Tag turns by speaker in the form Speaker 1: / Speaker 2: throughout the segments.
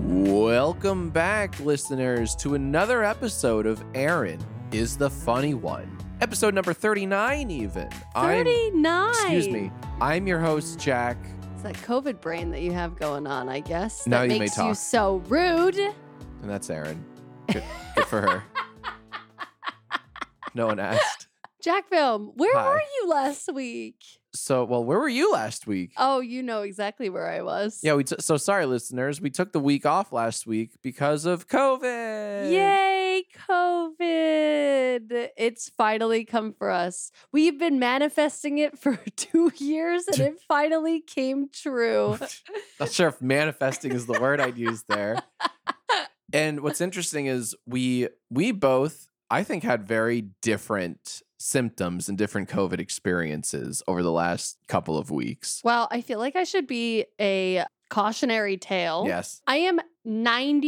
Speaker 1: Welcome back, listeners, to another episode of Aaron is the Funny One. Episode number 39, even. I'm,
Speaker 2: 39.
Speaker 1: excuse me. I'm your host, Jack.
Speaker 2: It's that COVID brain that you have going on, I guess. That
Speaker 1: Now you may
Speaker 2: makes you
Speaker 1: talk.
Speaker 2: so rude.
Speaker 1: And that's Aaron. Good, good for her. No one asked.
Speaker 2: Jack Film, where
Speaker 1: Hi.
Speaker 2: were you last week?
Speaker 1: So, well, where were you last week?
Speaker 2: Oh, you know exactly where I was.
Speaker 1: Yeah, we t- so sorry, listeners. We took the week off last week because of COVID.
Speaker 2: Yay, COVID. It's finally come for us. We've been manifesting it for two years and it finally came true.
Speaker 1: Not sure if manifesting is the word I'd use there. And what's interesting is we we both I think had very different symptoms and different COVID experiences over the last couple of weeks.
Speaker 2: Wow, I feel like I should be a cautionary tale.
Speaker 1: Yes.
Speaker 2: I am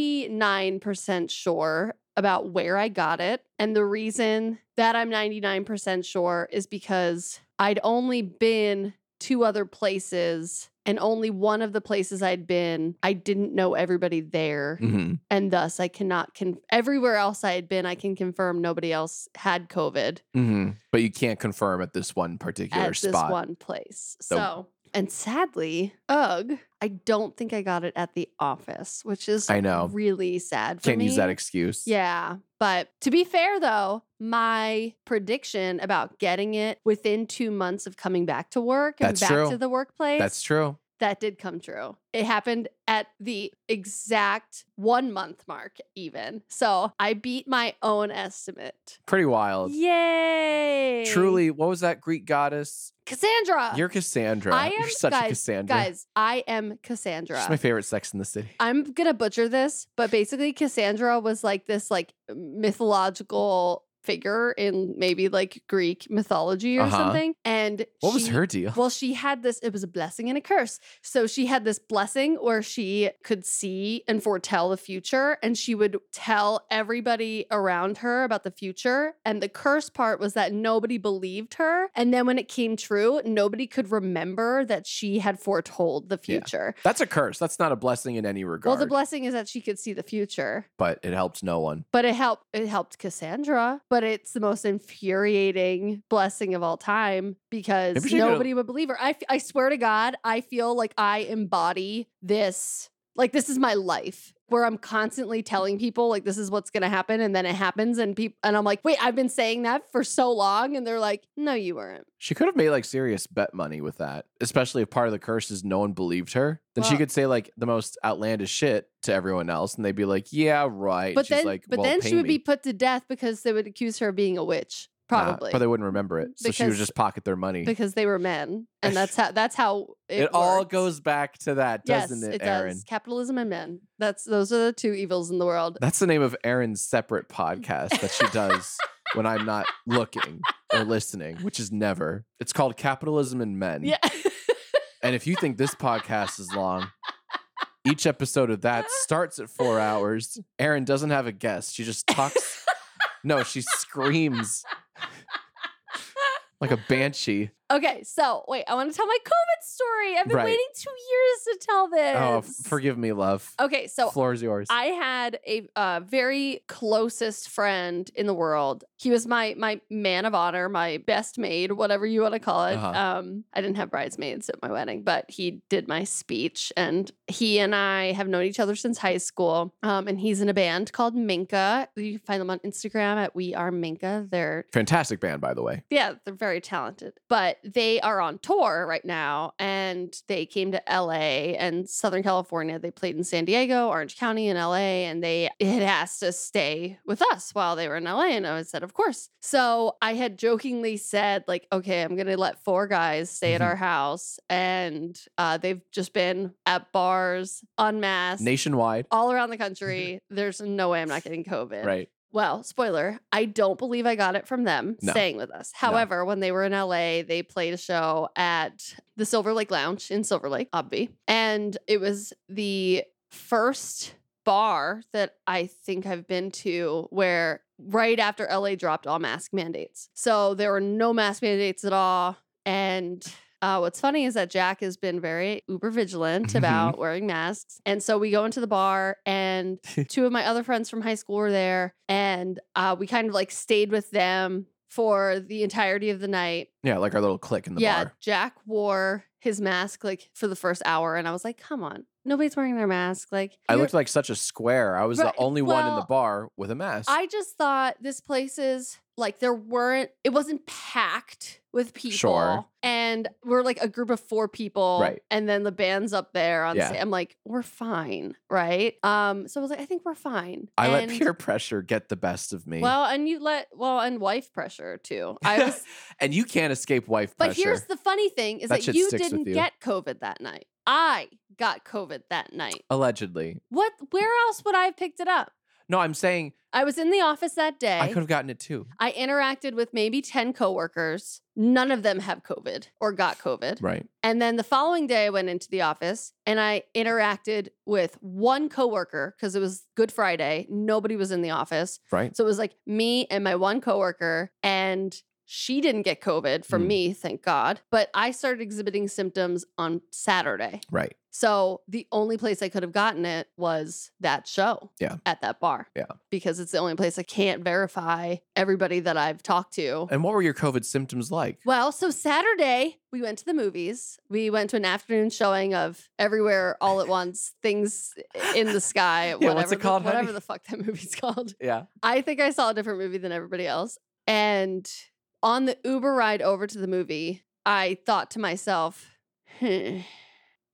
Speaker 2: 99% sure about where I got it. And the reason that I'm 99% sure is because I'd only been two other places, and only one of the places I'd been, I didn't know everybody there.
Speaker 1: hmm
Speaker 2: And thus, I cannot, con- everywhere else I had been, I can confirm nobody else had COVID
Speaker 1: hmm But you can't confirm at this one particular
Speaker 2: at
Speaker 1: spot.
Speaker 2: this one place. So, and sadly, ugh, I don't think I got it at the office, which is
Speaker 1: I know.
Speaker 2: really sad. For
Speaker 1: Can't use that
Speaker 2: me.
Speaker 1: excuse.
Speaker 2: Yeah, but to be fair though, my prediction about getting it within two months of coming back to work and
Speaker 1: That's
Speaker 2: back
Speaker 1: true.
Speaker 2: to the workplace
Speaker 1: That's true.
Speaker 2: that did come true. It happened at the exact one month mark, even. So I beat my own estimate.
Speaker 1: Pretty wild.
Speaker 2: Yay!
Speaker 1: Truly, what was that Greek goddess?
Speaker 2: Cassandra.
Speaker 1: You're Cassandra.
Speaker 2: Uh, I
Speaker 1: You're
Speaker 2: am-
Speaker 1: such a
Speaker 2: guys,
Speaker 1: Cassandra.
Speaker 2: Guys, I am Cassandra.
Speaker 1: She's my favorite Sex in the City.
Speaker 2: I'm gonna butcher this, but basically Cassandra was like this like mythological figure in maybe like Greek mythology or
Speaker 1: Uh-huh.
Speaker 2: something. And
Speaker 1: What was
Speaker 2: she-
Speaker 1: her deal?
Speaker 2: Well, she had this, it was a blessing and a curse. So she had this blessing where she could see and foretell the future, and she would tell everybody around her about the future. And the curse part was that nobody believed her. And then when it came true, nobody could remember that she had foretold the
Speaker 1: Yeah.
Speaker 2: future.
Speaker 1: That's a curse. That's not a blessing in any regard.
Speaker 2: Well, the blessing is that she could see the future,
Speaker 1: but it helped no one.
Speaker 2: but it helped. It helped Cassandra. But it's the most infuriating blessing of all time because
Speaker 1: Maybe she could've-
Speaker 2: nobody would believe her. I, f- I swear to God, I feel like I embody this. Like this is my life, where I'm constantly telling people like this is what's gonna happen, and then it happens, and people, and I'm like, wait, I've been saying that for so long, and they're like, no, you weren't.
Speaker 1: She could have made like serious bet money with that, especially if part of the curse is no one believed her. Then she
Speaker 2: Well-
Speaker 1: could say like the most outlandish shit to everyone else, and they'd be like, "Yeah, right."
Speaker 2: But
Speaker 1: She's
Speaker 2: then,
Speaker 1: like,
Speaker 2: but
Speaker 1: "Well,
Speaker 2: then
Speaker 1: pay
Speaker 2: she would
Speaker 1: me."
Speaker 2: be put to death because they would accuse her of being a witch,
Speaker 1: Nah,
Speaker 2: probably.
Speaker 1: but they wouldn't remember it, so she would
Speaker 2: Because-
Speaker 1: just pocket their money.
Speaker 2: because they were men, and that's how that's how
Speaker 1: It,
Speaker 2: it,
Speaker 1: all
Speaker 2: worked.
Speaker 1: goes back to that, doesn't
Speaker 2: yes,
Speaker 1: it, Aaron?
Speaker 2: does. Capitalism and men. That's those are the two evils in the world.
Speaker 1: That's the name of Aaron's separate podcast that she does when I'm not looking or listening, which is never. It's called Capitalism and Men.
Speaker 2: Yeah,
Speaker 1: And if you think this podcast is long, each episode of that starts at four hours. Erin doesn't have a guest. She just talks. no, she screams like a banshee.
Speaker 2: okay. So wait, I want to tell my COVID story. I've been
Speaker 1: Right.
Speaker 2: waiting two years to tell this.
Speaker 1: Oh, f- forgive me, love.
Speaker 2: okay, so
Speaker 1: Floor is yours.
Speaker 2: I had a uh, very closest friend in the world. He was my my man of honor, my best maid, whatever you want to call it.
Speaker 1: Uh-huh.
Speaker 2: Um, I didn't have bridesmaids at my wedding, but he did my speech, and he and I have known each other since high school. Um, and he's in a band called Minka. You can find them on Instagram at We Are Minka. They're
Speaker 1: Fantastic band, by the way.
Speaker 2: yeah, they're very talented. But they are on tour right now and they came to LA and Southern California. They played in San Diego, Orange County, and LA, and they had asked to stay with us while they were in LA. And I said, Of course. So I had jokingly said, like, okay, I'm gonna let four guys stay at
Speaker 1: Mhm.
Speaker 2: our house. And uh, they've just been at bars, unmasked,
Speaker 1: Nationwide,
Speaker 2: all around the country. There's no way I'm not getting COVID.
Speaker 1: right?
Speaker 2: Well, spoiler, I don't believe I got it from them
Speaker 1: No.
Speaker 2: staying with us. However, when they were in LA, they played a show at the Silver Lake Lounge in Silver Lake, obvi. And it was the first bar that I think I've been to where right after LA dropped all mask mandates. So there were no mask mandates at all. And Uh, what's funny is that Jack has been very uber vigilant
Speaker 1: Mm-hmm.
Speaker 2: about wearing masks. And so we go into the bar, and two of my other friends from high school were there. And uh, we kind of like stayed with them for the entirety of the night.
Speaker 1: Yeah, like our little click in the
Speaker 2: yeah,
Speaker 1: bar.
Speaker 2: Jack wore his mask like for the first hour. And I was like, come on, nobody's wearing their mask. Like,
Speaker 1: I
Speaker 2: you're-
Speaker 1: looked like such a square. I was
Speaker 2: Right,
Speaker 1: the only one in the
Speaker 2: well,
Speaker 1: bar with a mask.
Speaker 2: I just thought this place is like there weren't it wasn't packed with people.
Speaker 1: Sure.
Speaker 2: And we're like a group of four people.
Speaker 1: Right.
Speaker 2: And then the band's up there on
Speaker 1: Yeah.
Speaker 2: stage. I'm like, we're fine, right? Um, so I was like, I think we're fine.
Speaker 1: I let
Speaker 2: And-
Speaker 1: peer pressure get the best of me.
Speaker 2: Well, and you let well, and wife pressure too. I was
Speaker 1: and you can't escape wife
Speaker 2: but
Speaker 1: pressure.
Speaker 2: here's the funny thing is
Speaker 1: That
Speaker 2: that,
Speaker 1: shit
Speaker 2: you
Speaker 1: sticks with
Speaker 2: didn't
Speaker 1: you.
Speaker 2: get COVID that night. I got COVID that night.
Speaker 1: Allegedly.
Speaker 2: What where else would I have picked it up?
Speaker 1: No, I'm saying
Speaker 2: I was in the office that day.
Speaker 1: I could have gotten it too.
Speaker 2: I interacted with maybe 10 coworkers. None of them have COVID or got COVID.
Speaker 1: Right.
Speaker 2: And then the following day, I went into the office and I interacted with one coworker because it was Good Friday. Nobody was in the office.
Speaker 1: Right.
Speaker 2: So it was like me and my one coworker. And she didn't get COVID from
Speaker 1: Mm.
Speaker 2: me, thank God. But I started exhibiting symptoms on Saturday.
Speaker 1: Right.
Speaker 2: So the only place I could have gotten it was that show.
Speaker 1: Yeah.
Speaker 2: At that bar.
Speaker 1: Yeah.
Speaker 2: Because it's the only place I can't verify everybody that I've talked to.
Speaker 1: And what were your COVID symptoms like?
Speaker 2: Well, so Saturday we went to the movies. We went to an afternoon showing of Everywhere All at Once, Things in the Sky,
Speaker 1: Yeah,
Speaker 2: whatever,
Speaker 1: what's it
Speaker 2: the-
Speaker 1: called, honey?
Speaker 2: whatever the fuck that movie's called.
Speaker 1: Yeah.
Speaker 2: I think I saw a different movie than everybody else. And on the Uber ride over to the movie, I thought to myself, "Hmm,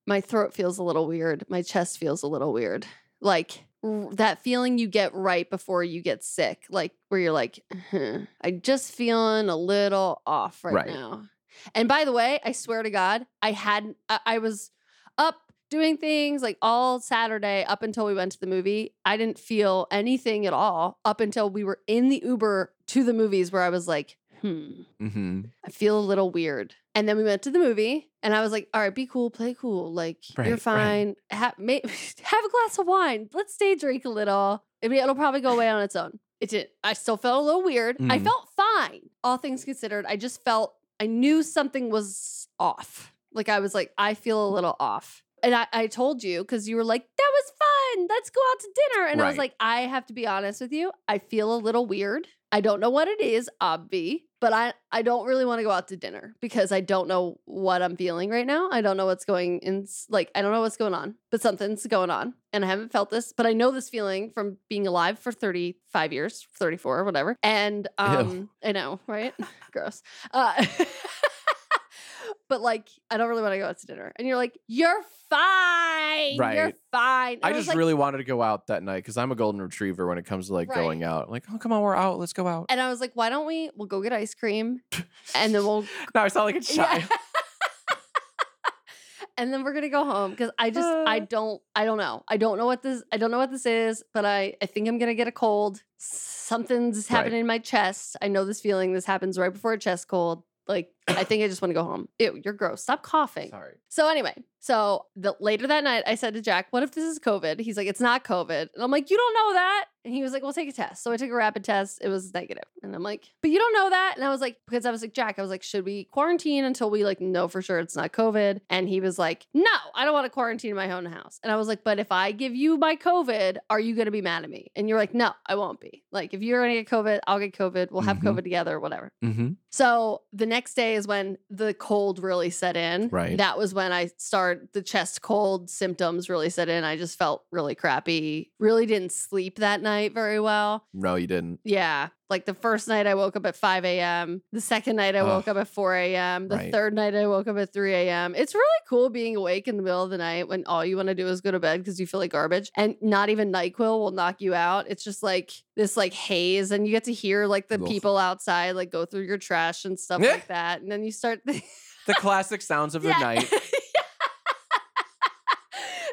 Speaker 2: my throat feels a little weird. My chest feels a little weird. Like r- that feeling you get right before you get sick, like where you're like, "Huh, I just feeling a little off right,
Speaker 1: Right.
Speaker 2: now. And by the way, I swear to God, I hadn't, I, I was up doing things like all Saturday up until we went to the movie. I didn't feel anything at all up until we were in the Uber to the movies where I was like, hmm,
Speaker 1: Mm-hmm.
Speaker 2: I feel a little weird. And then we went to the movie and I was like, all right, be cool, play cool. Like,
Speaker 1: Right,
Speaker 2: you're
Speaker 1: right.
Speaker 2: fine. Ha- may- have a glass of wine. Let's stay drink a little. I mean, it'll probably go away on its own. It did. I still felt a little weird. I
Speaker 1: Mm.
Speaker 2: felt fine, all things considered. I just felt, I knew something was off. Like, I was like, I feel a little off. And I, I told you because you were like, that was fun. Let's go out to dinner. And I was
Speaker 1: Right.
Speaker 2: like, I have to be honest with you. I feel a little weird. I don't know what it is, obvi, but I, I don't really want to go out to dinner because I don't know what I'm feeling right now. I don't know what's going in. Like, I don't know what's going on, but something's going on. And I haven't felt this, but I know this feeling from being alive for 35 years, 34 or whatever. And um, I know, right? Gross. Uh, but like, I don't really want to go out to dinner. And you're like, you're fine. You're
Speaker 1: Right.
Speaker 2: fine. And
Speaker 1: I
Speaker 2: was
Speaker 1: just
Speaker 2: like,
Speaker 1: really wanted to go out that night because I'm a golden retriever when it comes to like
Speaker 2: Right.
Speaker 1: going out. I'm like, oh come on, we're out. Let's go out.
Speaker 2: And I was like, why don't we? We'll go get ice cream and then we'll,
Speaker 1: No, I sound like a
Speaker 2: Yeah.
Speaker 1: child.
Speaker 2: and then we're going to go home. Cause I just, I
Speaker 1: Uh.
Speaker 2: don't, I don't know. I don't know what this, I don't know what this is, but I, I think I'm going to get a cold. Something's
Speaker 1: Right.
Speaker 2: happening in my chest. I know this feeling. This happens right before a chest cold. Like, I think I just want to go home. Ew, you're gross. Stop coughing.
Speaker 1: Sorry.
Speaker 2: So anyway, so the, later that night, I said to Jack, "What if this is COVID?" He's like, "It's not COVID," and I'm like, "You don't know that." And he was like, "Well, take a test." So I took a rapid test; it was negative, and I'm like, "But you don't know that?" And I was like, "Because I was like, Jack, I was like, should we quarantine until we like know for sure it's not COVID?" And he was like, "No, I don't want to quarantine in my own house." And I was like, "But if I give you my COVID, are you gonna be mad at me?" And you're like, "No, I won't be. Like, if you're gonna get COVID, I'll get COVID. We'll have
Speaker 1: Mhm.
Speaker 2: COVID together, whatever."
Speaker 1: Mm-hmm.
Speaker 2: So the next day is when the cold really set in.
Speaker 1: Right.
Speaker 2: That was when I started the chest cold symptoms really set in. I just felt really crappy. Really didn't sleep that night very well.
Speaker 1: No, you didn't.
Speaker 2: Yeah. Like the first night I woke up at 5 a.m. The second night I woke
Speaker 1: Ugh.
Speaker 2: up at 4 a.m. The
Speaker 1: Right.
Speaker 2: third night I woke up at 3 a.m. It's really cool being awake in the middle of the night when all you want to do is go to bed because you feel like garbage and not even NyQuil will knock you out. It's just like this like haze and you get to hear like the
Speaker 1: Ugh.
Speaker 2: people outside like go through your trash and stuff
Speaker 1: Yeah.
Speaker 2: like that. And then you start
Speaker 1: The classic sounds of the
Speaker 2: Yeah.
Speaker 1: night.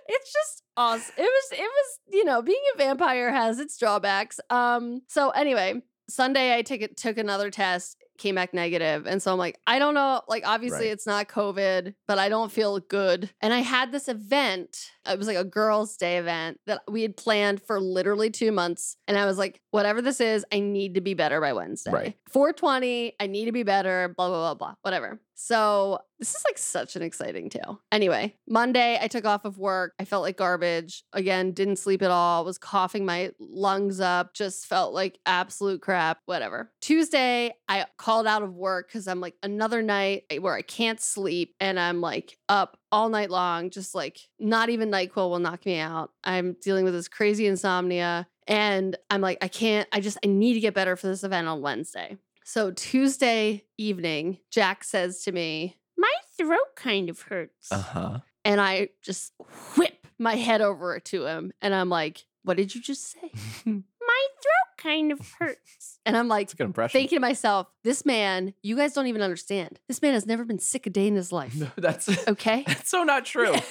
Speaker 2: it's just awesome. It was it was, you know, being a vampire has its drawbacks. Um so anyway, Sunday I took it took another test, came back negative, And so I'm like, I don't know, like obviously
Speaker 1: Right.
Speaker 2: it's not COVID, but I don't feel good. And I had this event, it was like a girls' day event that we had planned for literally two months. And I was like, whatever this is, I need to be better by Wednesday.
Speaker 1: Right.
Speaker 2: 420, I need to be better, blah, blah, blah, blah, whatever. So this is like such an exciting tale. Anyway, Monday I took off of work. I felt like garbage. Again, didn't sleep at all. Was coughing my lungs up. Just felt like absolute crap. Whatever. Tuesday I called out of work because I'm like another night where I can't sleep and I'm like up all night long. Just like not even Nyquil will knock me out. I'm dealing with this crazy insomnia. And I'm like, I can't, I just, I need to get better for this event on Wednesday. So Tuesday evening, Jack says to me, My throat kind of hurts.
Speaker 1: huh.
Speaker 2: And I just whip my head over to him. And I'm like, What did you just say? My throat kind of hurts. And I'm like,
Speaker 1: It's a good impression.
Speaker 2: thinking to myself, This man, you guys don't even understand. This man has never been sick a day in his life.
Speaker 1: No, that's
Speaker 2: Okay.
Speaker 1: that's so not true.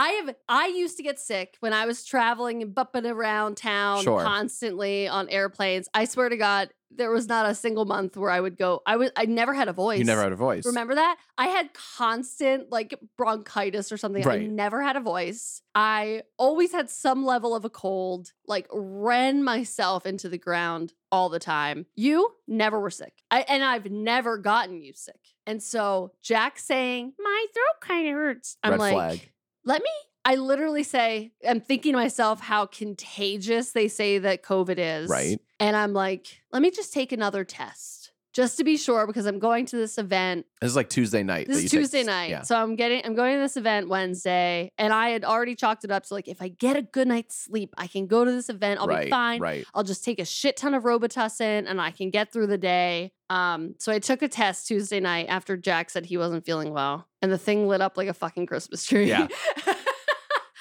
Speaker 2: I have I used to get sick when I was traveling and bumping around town
Speaker 1: Sure.
Speaker 2: constantly on airplanes. I swear to God, there was not a single month where I would go. I was I never had a voice.
Speaker 1: You never had a voice.
Speaker 2: Remember that? I had constant like bronchitis or something. I
Speaker 1: Right.
Speaker 2: never had a voice. I always had some level of a cold, like ran myself into the ground all the time. You never were sick. I, and I've never gotten you sick. And so Jack saying, My throat kind of hurts. I'm
Speaker 1: Red
Speaker 2: like,
Speaker 1: flag.
Speaker 2: let me. I literally say, I'm thinking to myself how contagious they say that COVID is.
Speaker 1: Right.
Speaker 2: And I'm like, let me just take another test just to be sure because I'm going to this event
Speaker 1: This is like Tuesday night. that
Speaker 2: this
Speaker 1: you
Speaker 2: is
Speaker 1: take-
Speaker 2: Tuesday night.
Speaker 1: Yeah.
Speaker 2: So I'm getting I'm going to this event Wednesday and I had already chalked it up to like if I get a good night's sleep, I can go to this event. I'll
Speaker 1: right,
Speaker 2: be fine.
Speaker 1: Right.
Speaker 2: I'll just take a shit ton of Robitussin and I can get through the day. Um, so I took a test Tuesday night after Jack said he wasn't feeling well, and the thing lit up like a fucking Christmas tree.
Speaker 1: Yeah.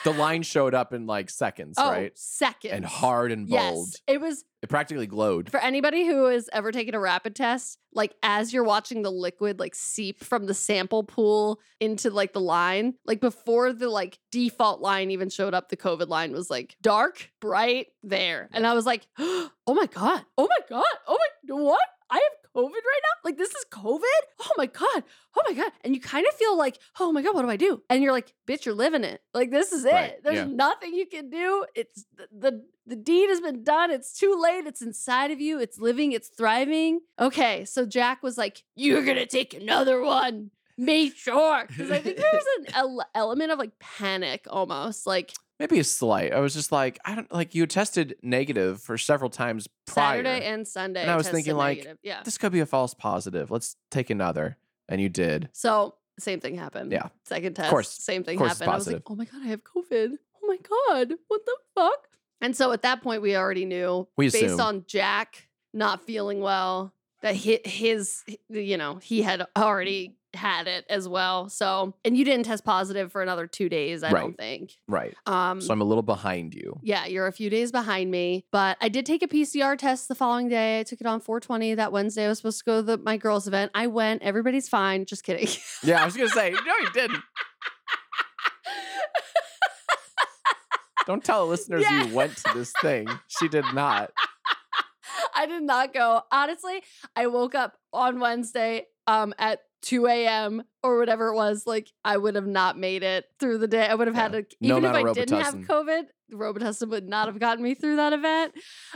Speaker 1: The line showed up in like seconds,
Speaker 2: oh,
Speaker 1: right?
Speaker 2: seconds.
Speaker 1: And hard and bold.
Speaker 2: Yes, it was
Speaker 1: It practically glowed.
Speaker 2: For anybody who has ever taken a rapid test, like as you're watching the liquid like seep from the sample pool into like the line, like before the like default line even showed up, the COVID line was like dark, bright, there. And I was like, oh my God. Oh my God. Oh my, what? I have COVID right now? Like this is COVID? Oh my God. Oh my God. And you kind of feel like, oh my God, what do I do? And you're like, bitch, you're living it. Like this is it.
Speaker 1: Right,
Speaker 2: There's
Speaker 1: yeah.
Speaker 2: nothing you can do. It's th- the the deed has been done. It's too late. It's inside of you. It's living. It's thriving. Okay. So Jack was like, You're gonna take another one. Make sure. Because I think there's an ele- element of like panic almost. Like
Speaker 1: Maybe a slight. I was just like, I don't like you tested negative for several times prior.
Speaker 2: Saturday and Sunday.
Speaker 1: And I was
Speaker 2: tested
Speaker 1: thinking, like,
Speaker 2: negative. yeah.
Speaker 1: this could be a false positive. Let's take another. And you did.
Speaker 2: So same thing happened.
Speaker 1: Yeah.
Speaker 2: Second test.
Speaker 1: course-
Speaker 2: Same thing
Speaker 1: course it's
Speaker 2: happened. I was like,
Speaker 1: positive.
Speaker 2: oh my God, I have COVID. Oh my God. What the fuck? And so at that point, we already knew
Speaker 1: We
Speaker 2: based
Speaker 1: assume.
Speaker 2: on Jack not feeling well that hi- his, you know, he had already had it as well. So, and you didn't test positive for another two days, I don't
Speaker 1: Right.
Speaker 2: think.
Speaker 1: Right.
Speaker 2: Um,
Speaker 1: So I'm a little behind you.
Speaker 2: yeah, you're a few days behind me, but I did take a PCR test the following day. I took it on 420 that Wednesday. I was supposed to go to the, my girls' event. I went. Everybody's fine. Just kidding.
Speaker 1: Yeah, I was gonna say, no, you didn't. Don't tell the listeners
Speaker 2: Yeah.
Speaker 1: you went to this thing. She did not.
Speaker 2: I did not go. Honestly, I woke up on Wednesday um at 2 a.m. or whatever it was. Like I would have not made it through the day. I would have had
Speaker 1: Yeah.
Speaker 2: a
Speaker 1: No
Speaker 2: even if I
Speaker 1: amount of
Speaker 2: didn't have
Speaker 1: Robitussin.
Speaker 2: COVID, Robitussin would not have gotten me through that event.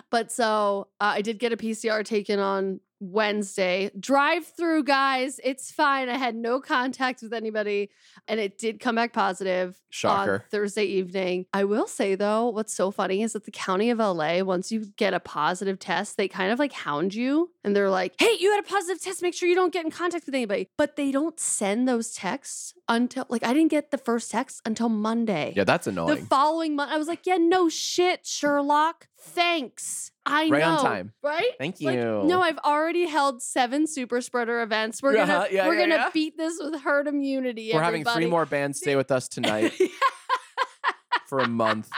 Speaker 2: But so uh, I did get a PCR taken on Wednesday. Drive through, guys. It's fine. I had no contact with anybody, and it did come back positive on
Speaker 1: Shocker.
Speaker 2: Thursday evening. I will say though, what's so funny is that the county of LA, once you get a positive test, they kind of like hound you and they're like, hey, you had a positive test, make sure you don't get in contact with anybody. But they don't send those texts until like I didn't get the first text until Monday.
Speaker 1: Yeah, that's
Speaker 2: the
Speaker 1: annoying.
Speaker 2: following month, I was like, yeah, no shit, Sherlock. Thanks. I
Speaker 1: Right
Speaker 2: know.
Speaker 1: on time. Oh.
Speaker 2: Right?
Speaker 1: Thank you.
Speaker 2: Like, no, I've already held seven super spreader events. We're gonna
Speaker 1: Uh-huh. Yeah,
Speaker 2: we're
Speaker 1: yeah,
Speaker 2: gonna
Speaker 1: yeah.
Speaker 2: beat this with herd immunity.
Speaker 1: We're having three
Speaker 2: everybody.
Speaker 1: more bands stay with us tonight for a month.